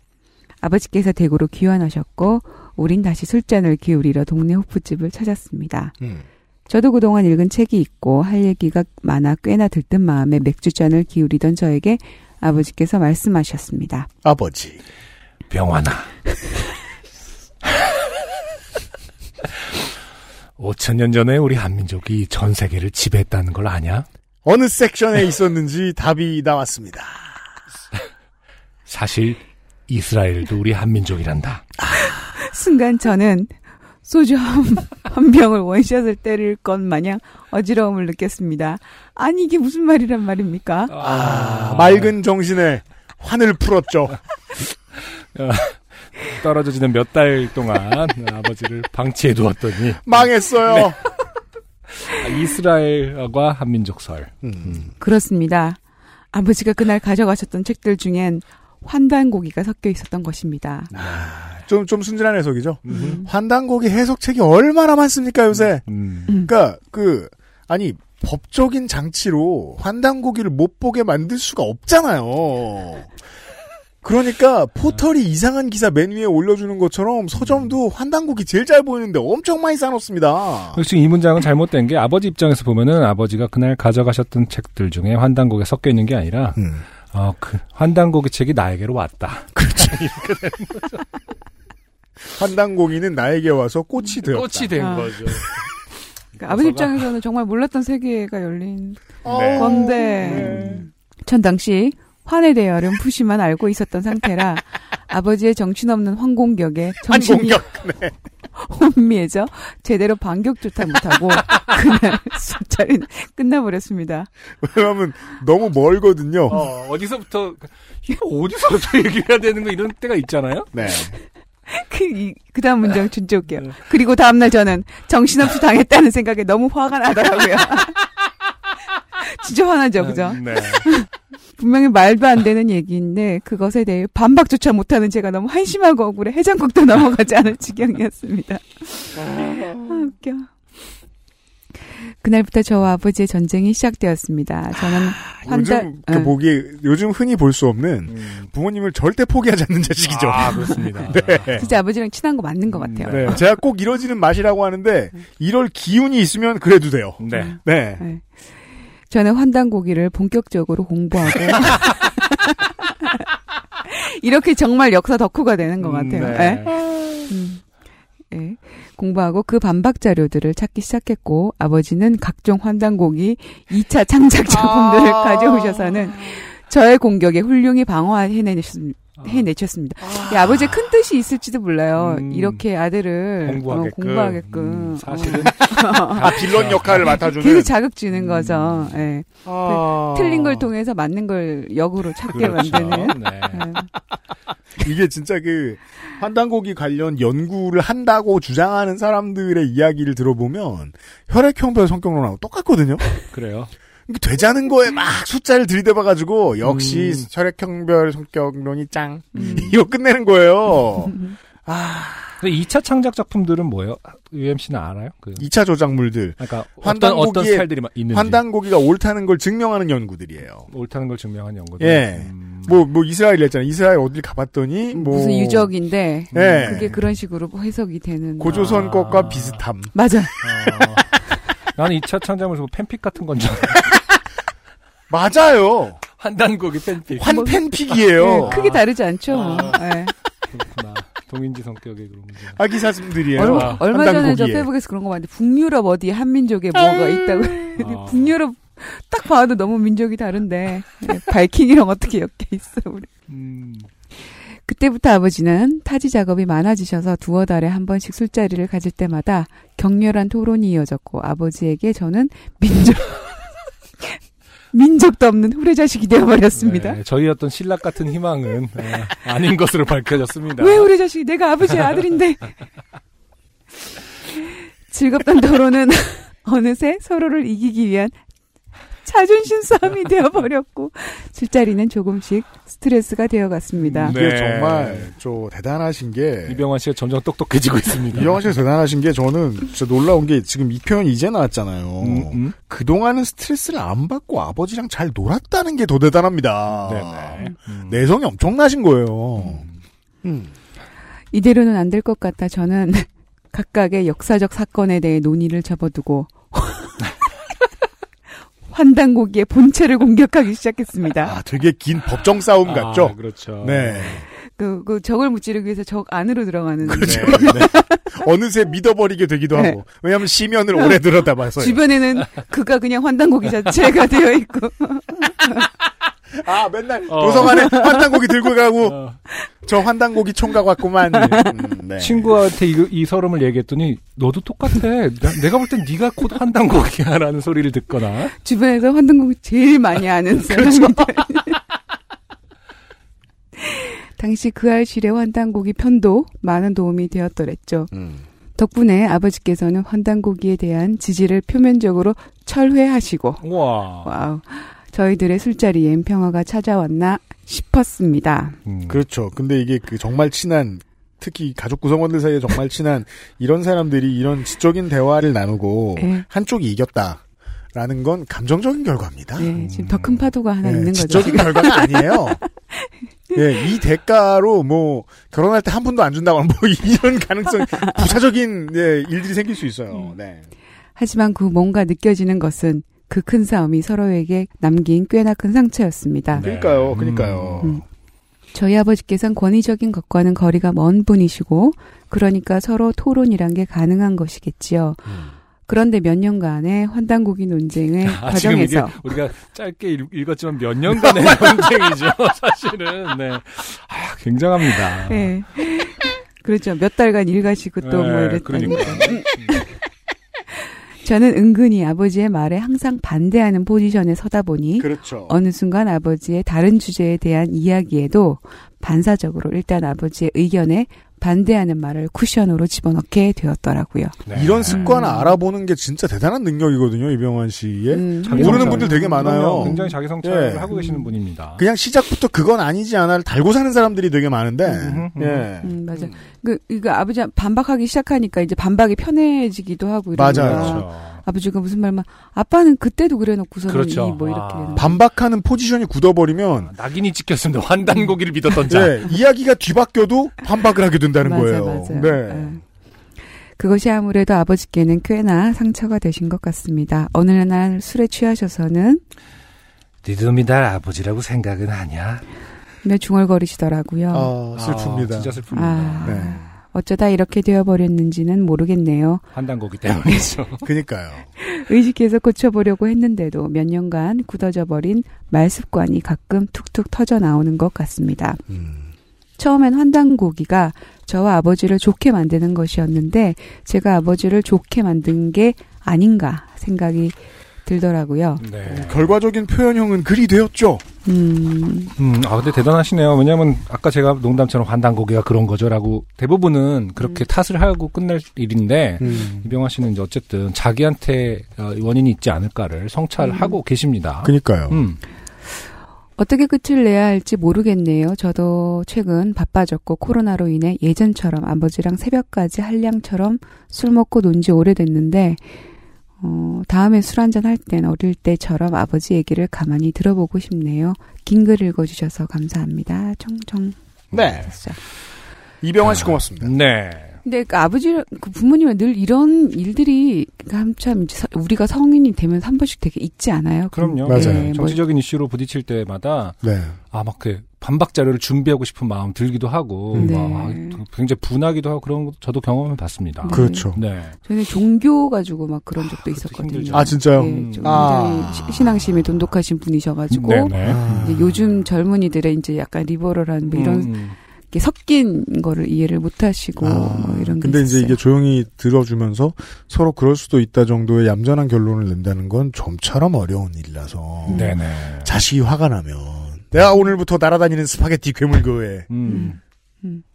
B: 아버지께서 대구로 귀환하셨고 우린 다시 술잔을 기울이러 동네 호프집을 찾았습니다.
C: 음.
B: 저도 그동안 읽은 책이 있고 할 얘기가 많아 꽤나 들뜬 마음에 맥주잔을 기울이던 저에게 아버지께서 말씀하셨습니다.
C: 아버지.
D: [laughs] 병환아. 5천년 전에 우리 한민족이 전 세계를 지배했다는 걸 아냐?
C: 어느 섹션에 있었는지 답이 나왔습니다.
D: 사실 이스라엘도 우리 한민족이란다.
B: 순간 저는 소주 한, [laughs] 한 병을 원샷을 때릴 것 마냥 어지러움을 느꼈습니다. 아니 이게 무슨 말이란 말입니까?
C: 아, 맑은 정신에 환을 풀었죠.
D: 떨어져지는 몇 달 동안 [laughs] 아버지를 방치해 두었더니
C: 망했어요.
D: 이스라엘과 한민족설.
C: 음.
B: 그렇습니다. 아버지가 그날 가져가셨던 책들 중엔 환단고기가 섞여 있었던 것입니다.
C: 좀, 좀 순진한 해석이죠. 환단고기 해석책이 얼마나 많습니까, 요새?
D: 음.
C: 그러니까 그 아니 법적인 장치로 환단고기를 못 보게 만들 수가 없잖아요. 그러니까 포털이 이상한 기사 맨 위에 올려주는 것처럼 서점도 환단국이 제일 잘 보이는데 엄청 많이 쌓아놓습니다.
D: 그래서 지금 이 문장은 잘못된 게 아버지 입장에서 보면은 아버지가 그날 가져가셨던 책들 중에 환단곡에 섞여 있는 게 아니라
C: 음.
D: 어, 그 환단곡의 책이 나에게로 왔다.
C: 환단공인은 나에게 와서 꽃이 되었다.
J: 꽃이 된
B: 아.
J: 거죠.
B: [laughs] 그러니까 아버지 입장에서는 정말 몰랐던 세계가 열린
C: 네. 음.
B: 건데 전 당시 환에 대하렴 푸시만 알고 있었던 상태라 아버지의 정신없는 환공격에 정신이
C: 환공격.
B: 혼미해져 제대로 반격조차 못하고 [laughs] 그날 술자리는 끝나버렸습니다.
C: 왜냐하면 너무 멀거든요.
J: 어, 어디서부터 이거 어디서부터 [laughs] 얘기해야 되는 거 이런 때가 있잖아요.
C: 네.
B: 그, 이- 그 다음 문장 진짜 웃겨요. 그리고 다음날 저는 정신없이 당했다는 생각에 너무 화가 나더라고요. [laughs] 진짜 화나죠, 그죠?
D: 네.
B: 분명히 말도 안 되는 얘기인데 그것에 대해 반박조차 못하는 제가 너무 한심하고 억울해 해장국도 넘어가지 않을 지경이었습니다. 아 웃겨. 그날부터 저와 아버지의 전쟁이 시작되었습니다. 저는 환달 네.
C: 요즘 그 보기 요즘 흔히 볼 수 없는 음. 부모님을 절대 포기하지 않는 자식이죠.
J: 아 그렇습니다.
B: 예, 진짜 아버지랑 친한 거 맞는 것
D: 음,
B: 같아요.
C: 네. 제가 꼭 이러지는 맛이라고 하는데 이럴 기운이 있으면 그래도 돼요.
D: 네.
B: 음,
C: 네.
B: 저는 환단 고기를 본격적으로
D: [laughs]
B: 공부하고 이렇게 정말 역사 덕후가 되는 것 같아요.
D: 네.
B: 예? 음. 예. 공부하고 그 반박 자료들을 찾기 시작했고 아버지는 각종 환단곡이 2차
D: 아.
B: 창작 작품들을 가져오셔서는 저의 공격에 훌륭히 방어해내셨습니다.
D: 아,
B: 해내셨습니다. 이 아버지의 큰 뜻이 있을지도 몰라요.
D: 음.
B: 이렇게 아들을
D: 공부하게끔.
B: 어, 공부하게끔. 어, 그렇죠.
D: 음, 사실은 음.
C: 아 빌런 역할을
B: 계속
C: 맡아주는.
B: 자극 주는 거죠. 예.
C: 아.
B: 틀린 걸 통해서 맞는 걸 역으로 찾게
C: 그렇죠.
B: 만드는.
D: 네.
B: 예.
C: 이게 진짜 그 한단고기 관련 연구를 한다고 주장하는 사람들의 이야기를 들어보면 혈액형별 성격론하고 똑같거든요.
D: 그래요.
C: 이게 되자는 거에 막 숫자를 들이대봐가지고 역시
D: 음.
C: 혈액형별 성격론이 짱
B: 음.
C: [laughs] 이거 끝내는 거예요.
D: 근데 2차 창작 작품들은 뭐예요? UMC는 알아요? 그
C: 2차 저작물들
D: 그러니까 어떤
C: 환단곡이의-
D: 어떤 스타일들이 막
C: 네.
D: 있는지
C: 환단고기가 옳다는 걸 증명하는 연구들이에요.
D: 옳다는 걸 증명한 연구들.
C: 예.
D: 음.
C: 뭐, 뭐, 이스라엘 했잖아. 이스라엘 어딜 가봤더니, 뭐.
B: 음, 무슨 유적인데
C: 예.
B: 그게 그런 식으로 해석이 되는.
C: 고조선
D: 아.
C: 것과 비슷함.
B: 맞아.
D: 어, [laughs] 나는 2차 창작물에서 뭐 팬픽 같은 건 줄.
C: [laughs]
D: 알았는데
C: 맞아요.
J: 한단곡이 팬픽.
C: 환팬픽이에요. 아.
B: 예, 크게 다르지 않죠. 뭐. 예.
D: [laughs] 그렇구나. 동인지 성격이 그런 거죠.
C: 예. 아기 사슴들이에요.
B: 얼마, 얼마 전에 저
C: 한단고기에. 음.
B: 페북에서 그런 거 봤는데 북유럽 어디에 한민족에 뭐가 있다고. 근데
D: 아.
B: [laughs] 북유럽 딱 봐도 너무 민족이 다른데 예, 바이킹이랑 어떻게 엮여 있어 우리.
D: 음.
B: 그때부터 아버지는 타지 작업이 많아지셔서 두어 달에 한 번씩 술자리를 가질 때마다 격렬한 토론이 이어졌고 아버지에게 저는 민족 [laughs] 민족도 없는 후레자식이 되어버렸습니다.
D: 네, 저희 어떤 신락 같은 희망은 어, 아닌 것으로 밝혀졌습니다.
B: 왜 후레자식이 내가 아버지의 아들인데 [laughs] 즐겁던 토론은 [laughs] 어느새 서로를 이기기 위한 자존심 싸움이 되어버렸고 술자리는 조금씩 스트레스가 되어갔습니다.
C: 이게
D: 네.
C: 정말, 저, 대단하신 게.
D: 이병환 씨가 점점 똑똑해지고 있습니다.
C: 이병헌 씨가 대단하신 게 저는 진짜 놀라운 게 지금 이 표현이 이제 나왔잖아요.
D: 음, 음.
C: 그동안은 스트레스를 안 받고 아버지랑 잘 놀았다는 게 더 대단합니다.
D: 네네. 음.
C: 내성이 엄청나신 거예요. 음.
B: 이대로는 안 될 것 같아 저는 [laughs] 각각의 역사적 사건에 대해 논의를 접어두고 [laughs] 환단고기의 본체를 공격하기 시작했습니다.
C: 아, 되게 긴 법정 싸움
D: 아,
C: 음 같죠?
D: 그렇죠.
C: 네.
B: 그, 그 적을 무찌르기 위해서 적 안으로 들어가는
C: 그렇죠. 네. 어느새 믿어버리게 되기도
B: 네.
C: 하고. 왜냐하면 시면을 오래 들여다봐서요.
B: 주변에는 그가 그냥 환단고기 자체가 [laughs] 되어 있고
C: 아 맨날 도서관에 [laughs] 환단고기 들고 가고 저 환단고기 총각 왔구만. 음, 네.
D: 친구한테 이, 이 서름을 얘기했더니 너도 똑같아. 나- 내가 볼 땐 네가 곧 한단곡이야라는 소리를 듣거나.
B: 주변에서 환단고기 제일 많이 아는
C: 그렇죠.
B: 사람이다. [laughs] 당시 그 알실의 환단고기 편도 많은 도움이 되었더랬죠.
C: 음.
B: 덕분에 아버지께서는 환단고기에 대한 지지를 표면적으로 철회하시고
D: 와.
B: 와우 저희들의 술자리엔 평화가 찾아왔나 싶었습니다.
D: 음.
C: 그렇죠. 근데 이게 그 정말 친한 특히 가족 구성원들 사이에 정말 친한 이런 사람들이 이런 지적인 대화를 나누고
B: 예,
C: 한쪽이 이겼다라는 건
B: 네.
C: 감정적인 결과입니다.
D: 네,
B: 예, 지금 더 큰 파도가 하나
C: 예,
B: 있는 거죠.
C: [laughs] 지적인 결과는 아니에요. 예, 이 대가로 뭐 결혼할 때 한 푼도 안 준다거나 뭐 [laughs] 이런 가능성 부차적인 예, 일들이 생길 수 있어요. 네.
B: 하지만 그 뭔가 느껴지는 것은 그 큰 싸움이 서로에게 남긴 꽤나 큰
C: 네.
B: 상처였습니다.
D: 네.
C: 그러니까요. 그러니까요.
B: 음. 저희 아버지께선 권위적인 것과는 거리가 먼 분이시고 그러니까 서로 토론이란 게 가능한 것이겠지요.
D: 음.
B: 그런데 몇 년간의 환단고기 논쟁의
D: [laughs] 아, 지금 이게
B: 과정에서
D: 우리가 짧게 읽, 었지만몇
B: [laughs]
D: 년간의 논쟁이죠, 사실은. 네. 아, 굉장합니다.
B: 예. [laughs] 그렇죠. 몇 달간 일 가시고 또 뭐
D: 네,
B: 이랬다니.
D: 그러니까.
B: 음, 저는 은근히 아버지의 말에 항상 반대하는 포지션에 서다 보니
C: 그렇죠.
B: 어느 순간 아버지의 다른 주제에 대한 이야기에도 반사적으로 일단 아버지의 의견에 반대하는 말을 쿠션으로 집어넣게 되었더라고요.
D: 네.
C: 이런 습관 알아보는 게 진짜 대단한 능력이거든요. 이병헌 씨의.
B: 음.
D: 자기
C: 모르는
D: 성찰.
C: 분들 되게 많아요.
D: 그럼요. 굉장히 자기 성찰을
C: 예.
D: 하고 계시는 분입니다.
C: 그냥 시작부터 그건 아니지 않아를 달고 사는 사람들이 되게 많은데.
D: 음, 음,
C: 예.
B: 음, 맞아. 그, 그 아버지 반박하기 시작하니까 이제 반박이 편해지기도 하고 이러니까
C: 맞아요.
B: 아버지가 무슨 말만 아빠는 그때도 그래놓고서는
D: 그렇죠.
B: 이뭐 이렇게
D: 아.
B: 되는 거.
C: 반박하는 포지션이 굳어버리면
D: 아, 낙인이 찍혔습니다. 환단고기를 믿었던 자.
C: 예, 이야기가 뒤바뀌어도 반박을 하게 된다는
B: 맞아,
C: 거예요.
B: 맞아.
C: 네.
B: 예. 그것이 아무래도 아버지께는 꽤나 상처가 되신 것 같습니다. 어느 날 술에 취하셔서는
D: 니도 미달 아버지라고 생각은 하냐?
B: 며 중얼거리시더라고요.
C: 아,
D: 아,
C: 슬픕니다.
D: 진짜 슬픕니다.
B: 아,
C: 네.
B: 어쩌다 이렇게 되어버렸는지는 모르겠네요.
D: 환단고기 때문이죠.
B: [laughs]
C: 그니까요.
B: 의식해서 고쳐보려고 했는데도 몇 년간 굳어져버린 말습관이 가끔 툭툭 터져 나오는 것 같습니다.
C: 음.
B: 처음엔 환단고기가 저와 아버지를 좋게 만드는 것이었는데 제가 아버지를 좋게 만든 게 아닌가 생각이 들더라고요.
D: 네.
C: 결과적인 표현형은 글이 되었죠.
B: 음,
D: 음, 아, 근데 대단하시네요. 왜냐면, 아까 제가 농담처럼 환단고기가 그런 거죠라고 대부분은
C: 음.
D: 그렇게 탓을 하고 끝날 일인데, 이병화 씨는 이제 어쨌든 자기한테 어, 원인이 있지 않을까를 성찰하고 계십니다.
C: 음. 그니까요.
D: 음.
B: 어떻게 끝을 내야 할지 모르겠네요. 저도 최근 바빠졌고 코로나로 인해 예전처럼 아버지랑 새벽까지 한량처럼 술 먹고 논 지 오래됐는데 어, 다음에 술 한잔 할 땐 어릴 때처럼 아버지 얘기를 가만히 들어보고 싶네요. 긴 글 읽어주셔서 감사합니다. 청청.
C: 네.
B: 진짜.
C: 이병헌 씨 고맙습니다.
D: 네.
B: 근데 그 아버지, 그 부모님은 늘 이런 일들이 한참 이제 서- 우리가 성인이 되면 한 번씩 되게 있지 않아요?
C: 음,
D: 그럼요. 음,
C: 맞아요.
B: 네, 뭐
D: 정치적인 이슈로 부딪힐 때마다,
C: 네.
D: 아, 막 그, 반박 자료를 준비하고 싶은 마음 들기도 하고,
B: 네.
D: 막 아, 굉장히 분하기도 하고, 그런 것도 저도 경험해 봤습니다.
C: 그렇죠.
B: 음.
D: 네.
B: 저는 종교 가지고 막 그런 적도 있었거든요.
D: 힘들죠.
C: 아, 진짜요?
B: 예,
D: 음.
B: 좀
C: 아.
B: 굉장히 시- 신앙심이 돈독하신 분이셔가지고
D: 네네.
C: 아.
B: 이제 요즘 젊은이들의 이제 약간 리버럴한 뭐 이런
D: 음.
B: 게 섞인 거를 이해를 못하시고
C: 아,
B: 뭐 이런 게
C: 근데 이제
B: 있었어요.
C: 이게 조용히 들어주면서 서로 그럴 수도 있다 정도의 얌전한 결론을 낸다는 건 좀처럼 어려운 일이라서
D: 네네.
C: 자식이 화가 나면 내가 오늘부터 날아다니는 스파게티 괴물교에
D: 음.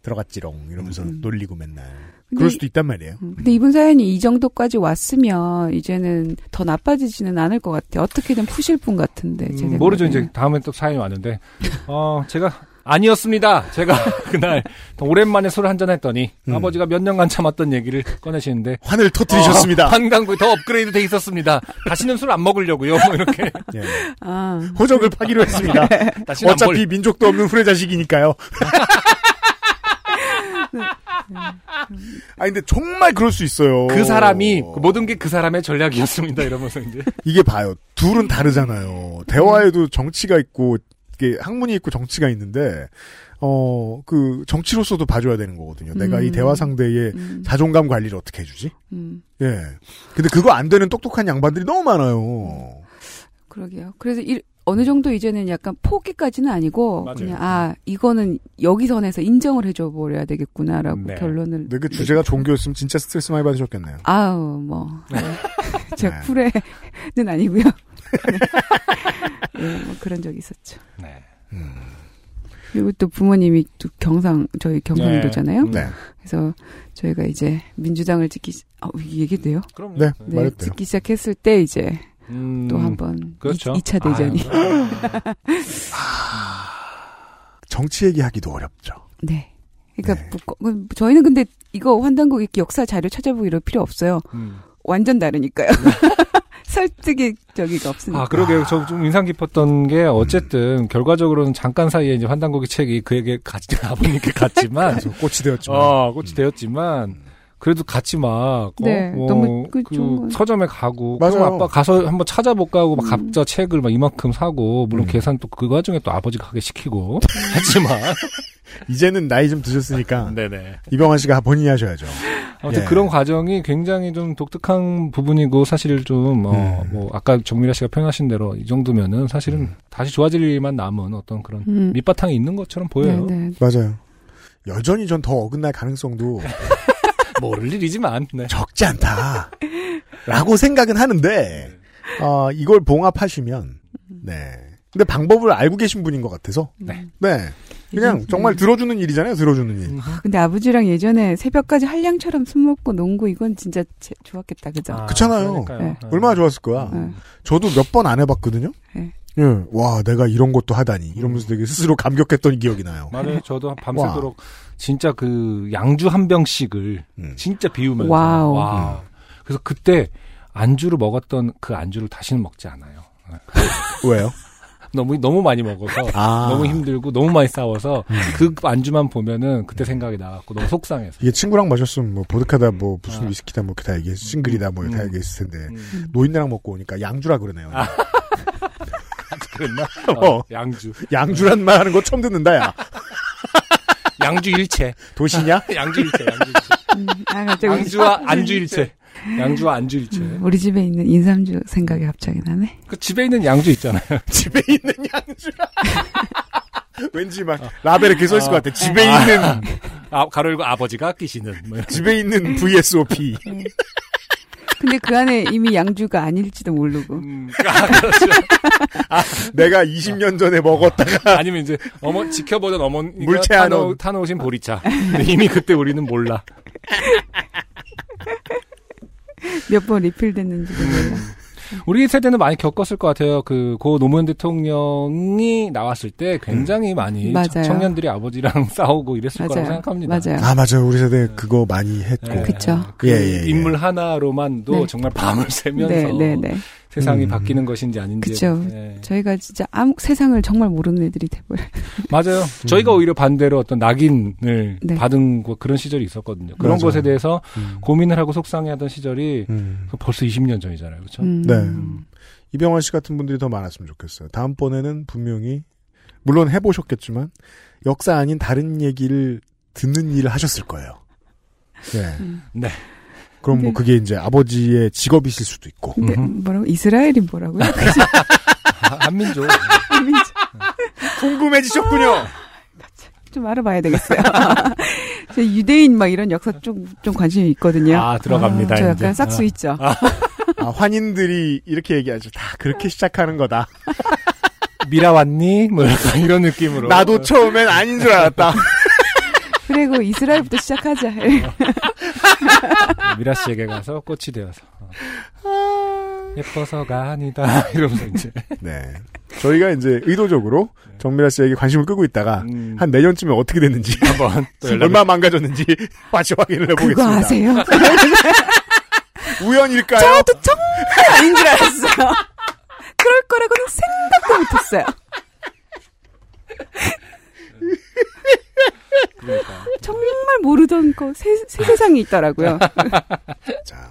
C: 들어갔지롱 이러면서
B: 음.
C: 놀리고 맨날
B: 근데
C: 그럴
B: 이-
C: 수도 있단 말이에요.
B: 음, 근데 이분 사연이 이 정도까지 왔으면 이제는 더 나빠지지는 않을 것 같아요. 어떻게든 푸실 분 같은데. 제
D: 음, 모르죠.
B: 생각에는.
D: 이제 다음에 또 사연이 왔는데, 어, 제가 아니었습니다. 제가 그날 오랜만에 술을 한잔 했더니
C: 음.
D: 아버지가 몇 년간 참았던 얘기를 꺼내시는데.
C: 환을 터뜨리셨습니다.
D: 어, 한강구 더 업그레이드 돼 있었습니다. 다시는 술 안 먹으려고요. 뭐 이렇게
C: 예.
B: 아, 네.
C: 호적을 파기로 했습니다.
D: 다시는 안
C: 어차피 민족도 없는 후레자식이니까요. 아 근데 정말 그럴 수 있어요.
D: 먹을- 그 사람이
C: 뭐.
D: 그 모든 게 그 사람의 전략이었습니다. 이러면서 이제
C: 이게 봐요. 둘은 다르잖아요. 대화에도 정치가 있고 이게 학문이 있고 정치가 있는데 어 그 정치로서도 봐줘야 되는 거거든요. 내가 이
B: 음.
C: 대화 상대의
B: 음,
C: 자존감 관리를 어떻게 해주지?
B: 음,
C: 예. 근데 그거 안 되는 똑똑한 양반들이 너무 많아요.
B: 그러게요. 그래서 일- 어느 정도 이제는 약간 포기까지는 아니고
D: 맞아요.
B: 그냥 아 이거는 여기 선에서 인정을 해줘 버려야 되겠구나라고
D: 네.
B: 결론을.
C: 근데 그 주제가 종교였으면 진짜 스트레스 많이 받으셨겠네요.
B: 아우 뭐
D: 네.
B: [laughs] 제가
C: 네.
B: 쿨에는 아니고요. [laughs] 네, 뭐 그런 적이 있었죠. 음.
D: 네.
B: 그리고 또 부모님이 또 경상 저희 경상도잖아요.
D: 네.
C: 네.
B: 그래서 저희가 이제 민주당을 지키 아 얘기 돼요?
D: 그럼요.
C: 네,
B: 네,
C: 말했대요.
B: 지키 시작했을 때 이제
D: 음,
B: 또 한번
D: 그렇죠.
B: 이 2차 대전이
D: 아유, 그럼요.
C: 정치 얘기하기도 어렵죠.
B: 네. 그러니까 뭐, 뭐, 저희는 근데 이거 환단국 역사 자료 찾아보기로 필요 없어요.
D: 음. 네.
B: 완전 다르니까요. [laughs] 설득이 저기가 없으니까.
D: 아, 그러게요. 저 좀 인상 깊었던 게 어쨌든 결과적으로는 잠깐 사이에 이제 환단고기 책이 그에게 같이 [laughs] 아버님께 갔지만
C: 꽃이 되었지만
D: 아, 꽃이
C: 음.
D: 되었지만 그래도 같이 막 어,
B: 네,
D: 뭐,
B: 너무
D: 그
B: 그 좋은-
D: 서점에 가고
C: 맞아요.
D: 그럼 아빠 가서 한번 찾아볼까 하고 막
B: 음.
D: 갑자 책을 막 이만큼 사고 물론
C: 음.
D: 계산 또 그 과정에 또 아버지
C: [laughs]
D: 가게 시키고 하지만
C: 이제는 나이 좀 드셨으니까
D: [laughs] 네네
C: 이병헌 씨가 본인이 하셔야죠.
D: 아무튼
C: 예.
D: 그런 과정이 굉장히 좀 독특한 부분이고 사실 좀뭐
C: 음.
D: 아까 정미라 씨가 표현하신 대로 이 정도면은 사실은 다시 좋아질 일만 남은 어떤 그런
B: 음.
D: 밑바탕이 있는 것처럼 보여요.
B: 네, 네.
C: 맞아요. 여전히 전 더 어긋날 가능성도
B: 네.
D: 모를 일이지만 네.
C: 적지 않다. 라고 생각은 하는데, 어, 이걸 봉합하시면, 네. 근데 방법을 알고 계신 분인 것 같아서,
D: 네.
C: 네. 그냥
B: 음.
C: 정말 들어주는 일이잖아요, 들어주는
D: 음.
C: 일.
B: 아, 근데 아버지랑 예전에 새벽까지 한량처럼 술 먹고 논거 이건 진짜 제- 좋았겠다, 그죠?
D: 아,
C: 그렇잖아요.
B: 네.
D: 그러니까요. 아.
C: 얼마나 좋았을 거야.
B: 음.
C: 저도 몇 번 안 해봤거든요.
B: 네.
C: 예, 와, 내가 이런 것도 하다니. 이러면서 되게 스스로 감격했던 기억이 나요.
D: 음. 맞아요. 저도 밤새도록 진짜 그 양주 한 병씩을
C: 음.
D: 진짜 비우면서
B: 와우.
D: 와. 그래서 그때 안주로 먹었던 그 안주를 다시는 먹지 않아요.
C: 왜요?
D: 너무 너무 많이 먹어서
C: 아.
D: 너무 힘들고 너무 많이 싸워서 그 안주만 보면은 그때 생각이 나갖고 너무 속상해서.
C: 이게 친구랑 마셨으면 뭐 보드카다 뭐 무슨 위스키다 뭐 이렇게 다 얘기했, 싱글이다 뭐 이렇게 다
D: 아. 음.
C: 얘기했을 텐데
D: 음.
C: 노인네랑 먹고 오니까 양주라 그러네요.
D: 그랬나?
C: 어.
D: [laughs] 어, 양주.
C: 양주란 말 하는 거 처음 듣는다, 야.
D: 양주 일체. [laughs]
C: 도시냐?
D: 양주 일체. 양주 일체.
B: 음. 아, 갑자기 우리-
D: 양주와 안주 일체. 양주와 안주 일체.
B: 음, 우리 집에 있는 인삼주 생각이 갑자기 나네.
D: 그 집에 있는 양주 있잖아요.
C: 집에 있는 양주라. [laughs] 왠지 막 라벨에 이렇게 써 있을
D: 아.
C: 것 같아. 집에 있는
D: 아, 가로 열고 아버지가 끼시는. 뭐 이런.
C: 집에 있는 VSOP.
B: 근데 그 안에 이미 양주가 아닐지도 모르고.
D: 음, 아, 그렇죠.
C: 내가 20년 전에 먹었다가
D: 아니면 이제 어머 지켜보던 어머니가
C: 물체 안
D: 타놓,
C: 온.
D: 타놓으신 보리차. 근데 이미 그때 우리는 몰라.
B: 몇 번
D: 음,
B: 리필됐는지도 몰라.
D: 우리 세대는 많이 겪었을 것 같아요. 그 고 노무현 대통령이 나왔을 때 굉장히 많이
B: 맞아요.
D: 청- 청년들이 아버지랑 [laughs] 싸우고 이랬을 거라고
B: 맞아요.
D: 생각합니다.
B: 맞아요.
C: 아 맞아요. 우리 세대 그거 많이 했고.
D: 예,
B: 그쵸.
D: 그
C: 예, 예, 예.
D: 인물 하나로만도
B: 네.
D: 정말 밤을 새면서
B: 네, 네, 네.
D: 세상이
C: 음.
D: 바뀌는 것인지 아닌지.
B: 그쵸.
D: 예.
B: 저희가 진짜 아무 세상을 정말 모르는 애들이 돼버려.
D: 맞아요.
C: 음.
D: 저희가 오히려 반대로 어떤 낙인을
B: 네.
D: 받은 거- 그런 시절이 있었거든요. 그런
C: 맞아요.
D: 것에 대해서
C: 음.
D: 고민을 하고 속상해하던 시절이
C: 음.
D: 벌써 20년 전이잖아요. 그렇죠?
B: 음.
C: 네. 이병헌 씨 같은 분들이 더 많았으면 좋겠어요. 다음번에는 분명히 물론 해보셨겠지만 역사 아닌 다른 얘기를 듣는 일을 하셨을 거예요. 네.
D: 네.
C: 그럼 뭐
B: 네.
C: 그게 이제 아버지의 직업이실 수도 있고.
B: 근데 네, 뭐라고? 이스라엘이 뭐라고요? [laughs] 그죠?
D: 아, 한민족.
C: 궁금해지셨군요.
B: 좀 알아봐야 되겠어요. [laughs] 저 유대인 막 이런 역사 좀, 좀 관심이 있거든요.
D: 아, 들어갑니다,
B: 저
D: 이제.
B: 약간 싹수
D: 아.
B: 있죠.
C: 아, 환인들이 이렇게 얘기하죠. 다 그렇게 시작하는 거다.
D: 미라 왔니? 뭐 약간 이런 느낌으로.
C: 나도 처음엔 아닌 줄 알았다.
B: 그리고 이스라엘부터 시작하자.
D: 미라 씨에게 가서 꽃이 되어서. 어. 아. 예뻐서가 아니다. [laughs] 이러면서 이제.
C: 네. 저희가 이제 의도적으로 정미라 씨에게 관심을 끄고 있다가
D: 음.
C: 한 내년쯤에 어떻게 됐는지
D: 한번
C: [laughs]
D: 또 연락을-
C: 얼마 망가졌는지 다시 확인을 해보겠습니다.
B: 그거 아세요? 그
C: 우연일까요?
B: 저도 정말 아닌 줄 알았어요. 그럴 거라고는 생각도 못했어요. 그러니까. 정말 모르던 거 새, 새 세상이 있더라고요.
C: 자,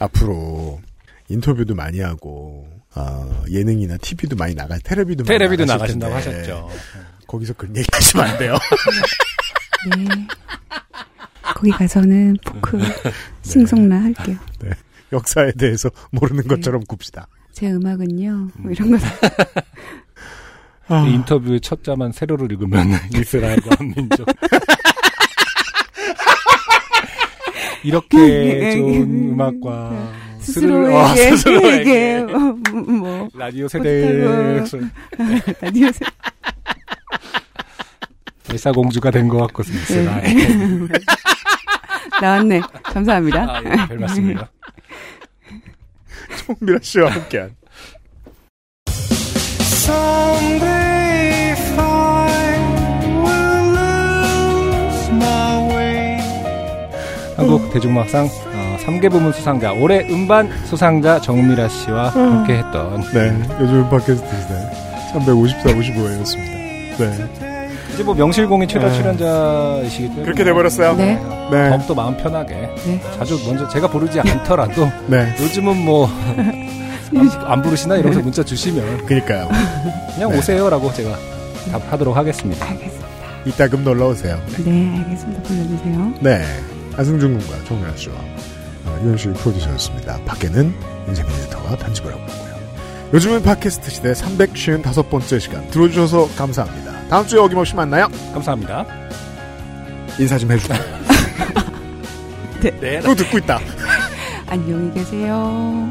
C: 앞으로 인터뷰도 많이 하고 어, 예능이나 TV도 많이 나가 텔레비도 많이
D: 테레비도
C: 나가실
D: 나가신다고
C: 텐데
D: 하셨죠.
C: 거기서 그런 얘기 하시면 안
D: [laughs]
C: 돼요.
B: 네. 거기 가서는 포크 싱송라 할게요.
C: 네. 역사에 대해서 모르는 것처럼 굽시다.
B: 제 음악은요. 뭐 이런 거.
C: 아,
D: 이 인터뷰의 첫 자만 세로로 읽으면 [laughs] 이스라엘과 한민족. 이렇게 좋은 음악과 음, 예, 스스로- 아,
B: 스스로에게 스스로에게
D: 예.
B: 어, 뭐
D: 라디오 세대의
B: 아니었어요.
D: 일사공주가 된 것 같고 이스라엘. [laughs]
B: 나왔네. 감사합니다.
D: 아, 예, 별 말씀이요.
C: 송미라 씨와 함께한
D: 한국 대중음악상 어, 어, 3개 부문 수상자, 올해 음반 수상자 정미라 씨와
C: 음.
D: 함께 했던.
C: 네, 요즘 팟캐스트 시대 354, 55회였습니다. 네.
D: 이제 뭐 명실공히 최다
C: 네.
D: 출연자이시기 때문에.
C: 그렇게 돼버렸어요?
B: 네.
C: 네.
D: 더욱더 마음 편하게. 자주 먼저 제가 부르지 않더라도
C: 네.
D: 요즘은 뭐. 안, 안 부르시나? 이러면서 문자 주시면
C: 그니까요.
D: 그냥
C: 네.
D: 오세요라고 제가 답하도록 하겠습니다.
B: 알겠습니다.
C: 이따금 놀러 오세요.
B: 네, 알겠습니다. 불러주세요.
C: 네. 안승준 군과 정유라 씨와 어, 유현실 프로듀서였습니다. 밖에는 윤세민 에디터가 편집을 하고 있고요. 요즘은 팟캐스트 시대 355번째 시간 들어주셔서 감사합니다. 다음 주에 어김없이 만나요.
D: 감사합니다.
C: 인사 좀 해주세요.
D: 네.
C: 또 듣고 있다.
B: 안녕히 계세요.